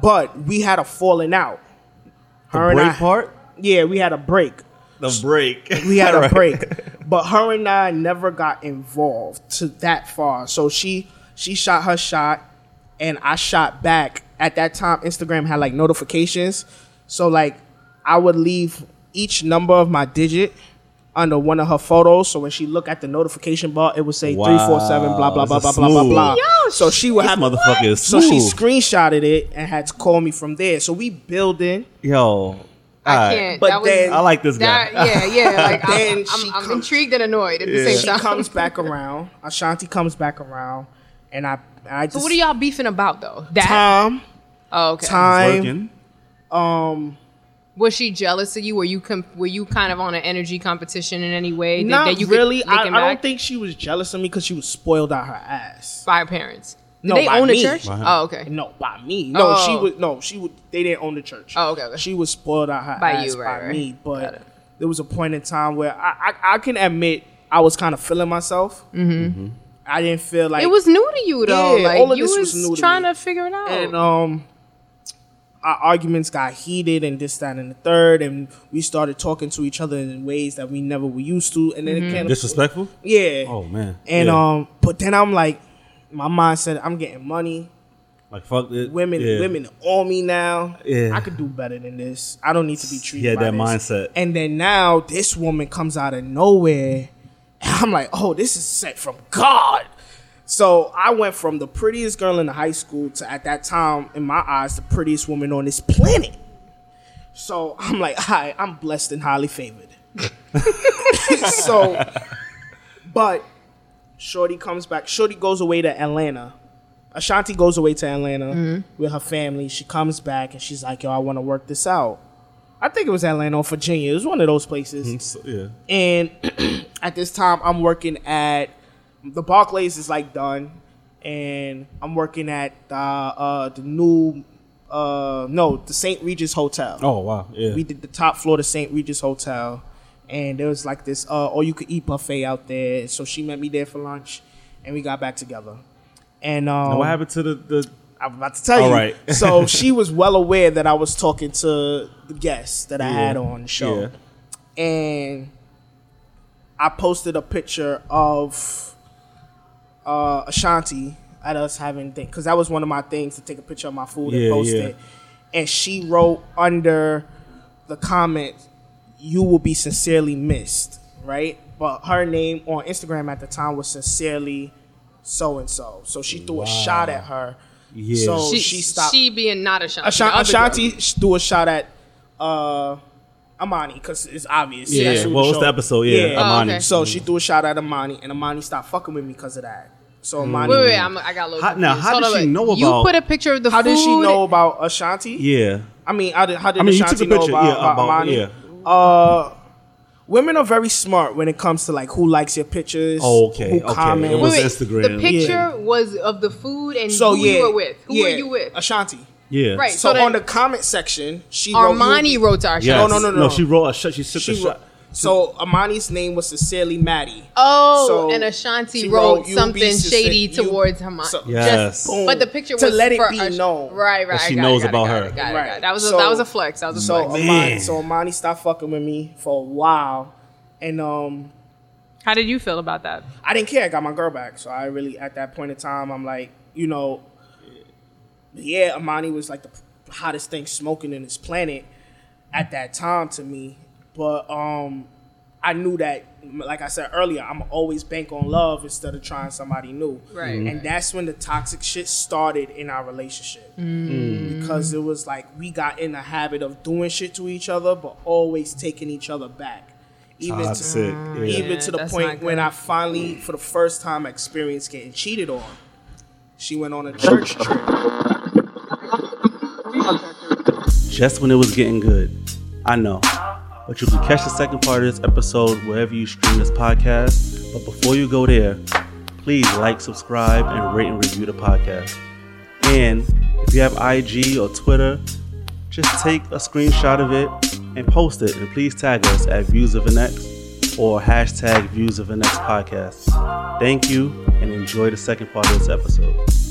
but we had a falling out. Her and break I- part. yeah, we had a break. The break. we had All a right. break but her and i never got involved to that far so she she shot her shot and i shot back at that time instagram had like notifications so like i would leave each number of my digit under one of her photos so when she looked at the notification bar it would say Wow, 347 blah blah blah blah this is blah blah smooth. blah Yo, so she would This have motherfucker is so she smooth. screenshotted it and had to call me from there so we building Yo, I can't. But that was, then- I like this guy. that, yeah, yeah. Like, Then I'm, she I'm, I'm comes- intrigued and annoyed at the same she time. comes back around. Ashanti comes back around, and I, I just So what are y'all beefing about though? That time, oh, okay. time, Working. um, Was she jealous of you? Were you com- were you kind of on an energy competition in any way? that- not that you could really. make I, it I back? don't think she was jealous of me because she was spoiled out her ass. by her parents. Did No, they by own me. a church? By her. Oh, okay. No, by me. No, Oh. she would. No, she would. They didn't own the church. Oh, okay, okay. She was spoiled out her By ass you, right, by right. me. Got But it. there was a point in time where I, I, I can admit I was kind of feeling myself. Mm-hmm. I didn't feel like It was new to you though. Yeah, like all of you this was was, new to trying me. to figure it out. and Oh. um our arguments got heated and this that and the third and we started talking to each other in ways that we never were used to and then it kind of Disrespectful. yeah Mm-hmm. Oh man. and yeah. um but then i'm like my mind said i'm getting money like fuck it. women Yeah. women on me now Yeah. i could do better than this i don't need to be treated Yeah, by that this. mindset. and then now this woman comes out of nowhere and i'm like oh this is set from god so i went from the prettiest girl in the high school to at that time in my eyes the prettiest woman on this planet so i'm like hi i'm blessed and highly favored so but Shorty comes back. Shorty goes away to Atlanta. Ashanti goes away to Atlanta with her family. She comes back and she's like, "Yo, I want to work this out." I think it was Atlanta or Virginia. It was one of those places. So, yeah. And at this time, I'm working at the Barclays is like done, and I'm working at uh, uh, the new uh, no the St. Regis Hotel Oh wow. Yeah. we did the top floor to St. Regis Hotel, and there was like this uh, all you could eat buffet out there. So she met me there for lunch, and we got back together. And um, what happened to the, the I'm about to tell All you. right. so she was well aware that I was talking to the guests that I had on the show. And I posted a picture of uh, Ashanti at us having things. Because that was one of my things to take a picture of my food Yeah, and post yeah. it. And she wrote under the comment, you will be sincerely missed, right? But her name on Instagram at the time was sincerely so and so. So she threw a shot at her. Yeah. So she, She, stopped. she being not Ashanti. Asha- the other Ashanti girl. threw a shot at uh, Amani because it's obvious. Yeah, That's who well, it's the showed. episode, yeah, Oh, Amani. okay. So she threw a shot at Amani, and Amani stopped fucking with me because of that. Mm. So Amani, Wait, wait, wait I'm, I got a little. How- now, confused. how Hold did on, she wait. know You about- put a picture of the how food. did she know about Ashanti? yeah I mean, how did, how did I mean, you Ashanti took a know picture, about, yeah, about about- Amani? yeah. Uh, women are very smart when it comes to like who likes your pictures. Oh, okay, who okay. It comments. was Wait, wait, Instagram. The picture Yeah. was of the food and so who yeah, you were with. Who yeah, were you with? Ashanti. yeah Right. So, So then- on the comment section, she Armani wrote, you- wrote to Ashanti. Yes. No, no, no, no. she wrote a shot she took She a wrote, shot so Amani's name was sincerely Maddie. Oh, So, and Ashanti she wrote, wrote, "You be something sincer- shady you- towards Hamani. so- Yes. boom. But the picture To was let it for be Ash- known. Right, right. That I she got it, knows got it, about got it, her. got it, Right. got it. That was a, So- that was a flex. That was a flex. So Amani, Man. so Amani stopped fucking with me for a while, and um, How did you feel about that? I didn't care. I got my girl back, so I really at that point in time, I'm like, you know, yeah, Amani was like the hottest thing smoking in this planet at that time to me, but um, I knew that, like I said earlier, I'm always bank on love instead of trying somebody new, Right, And that's when the toxic shit started in our relationship because it was like we got in the habit of doing shit to each other, but always taking each other back, even to- Toxic, yeah. even to the that's not point good. when I finally, for the first time, experienced getting cheated on. She went on a church trip. just when it was getting good. I know. But you can catch the second part of this episode wherever you stream this podcast. But before you go there, please like, subscribe, and rate and review the podcast. And if you have IG or Twitter, just take a screenshot of it and post it. And please tag us at Views of an X or hashtag Views of an X podcast. Thank you and enjoy the second part of this episode.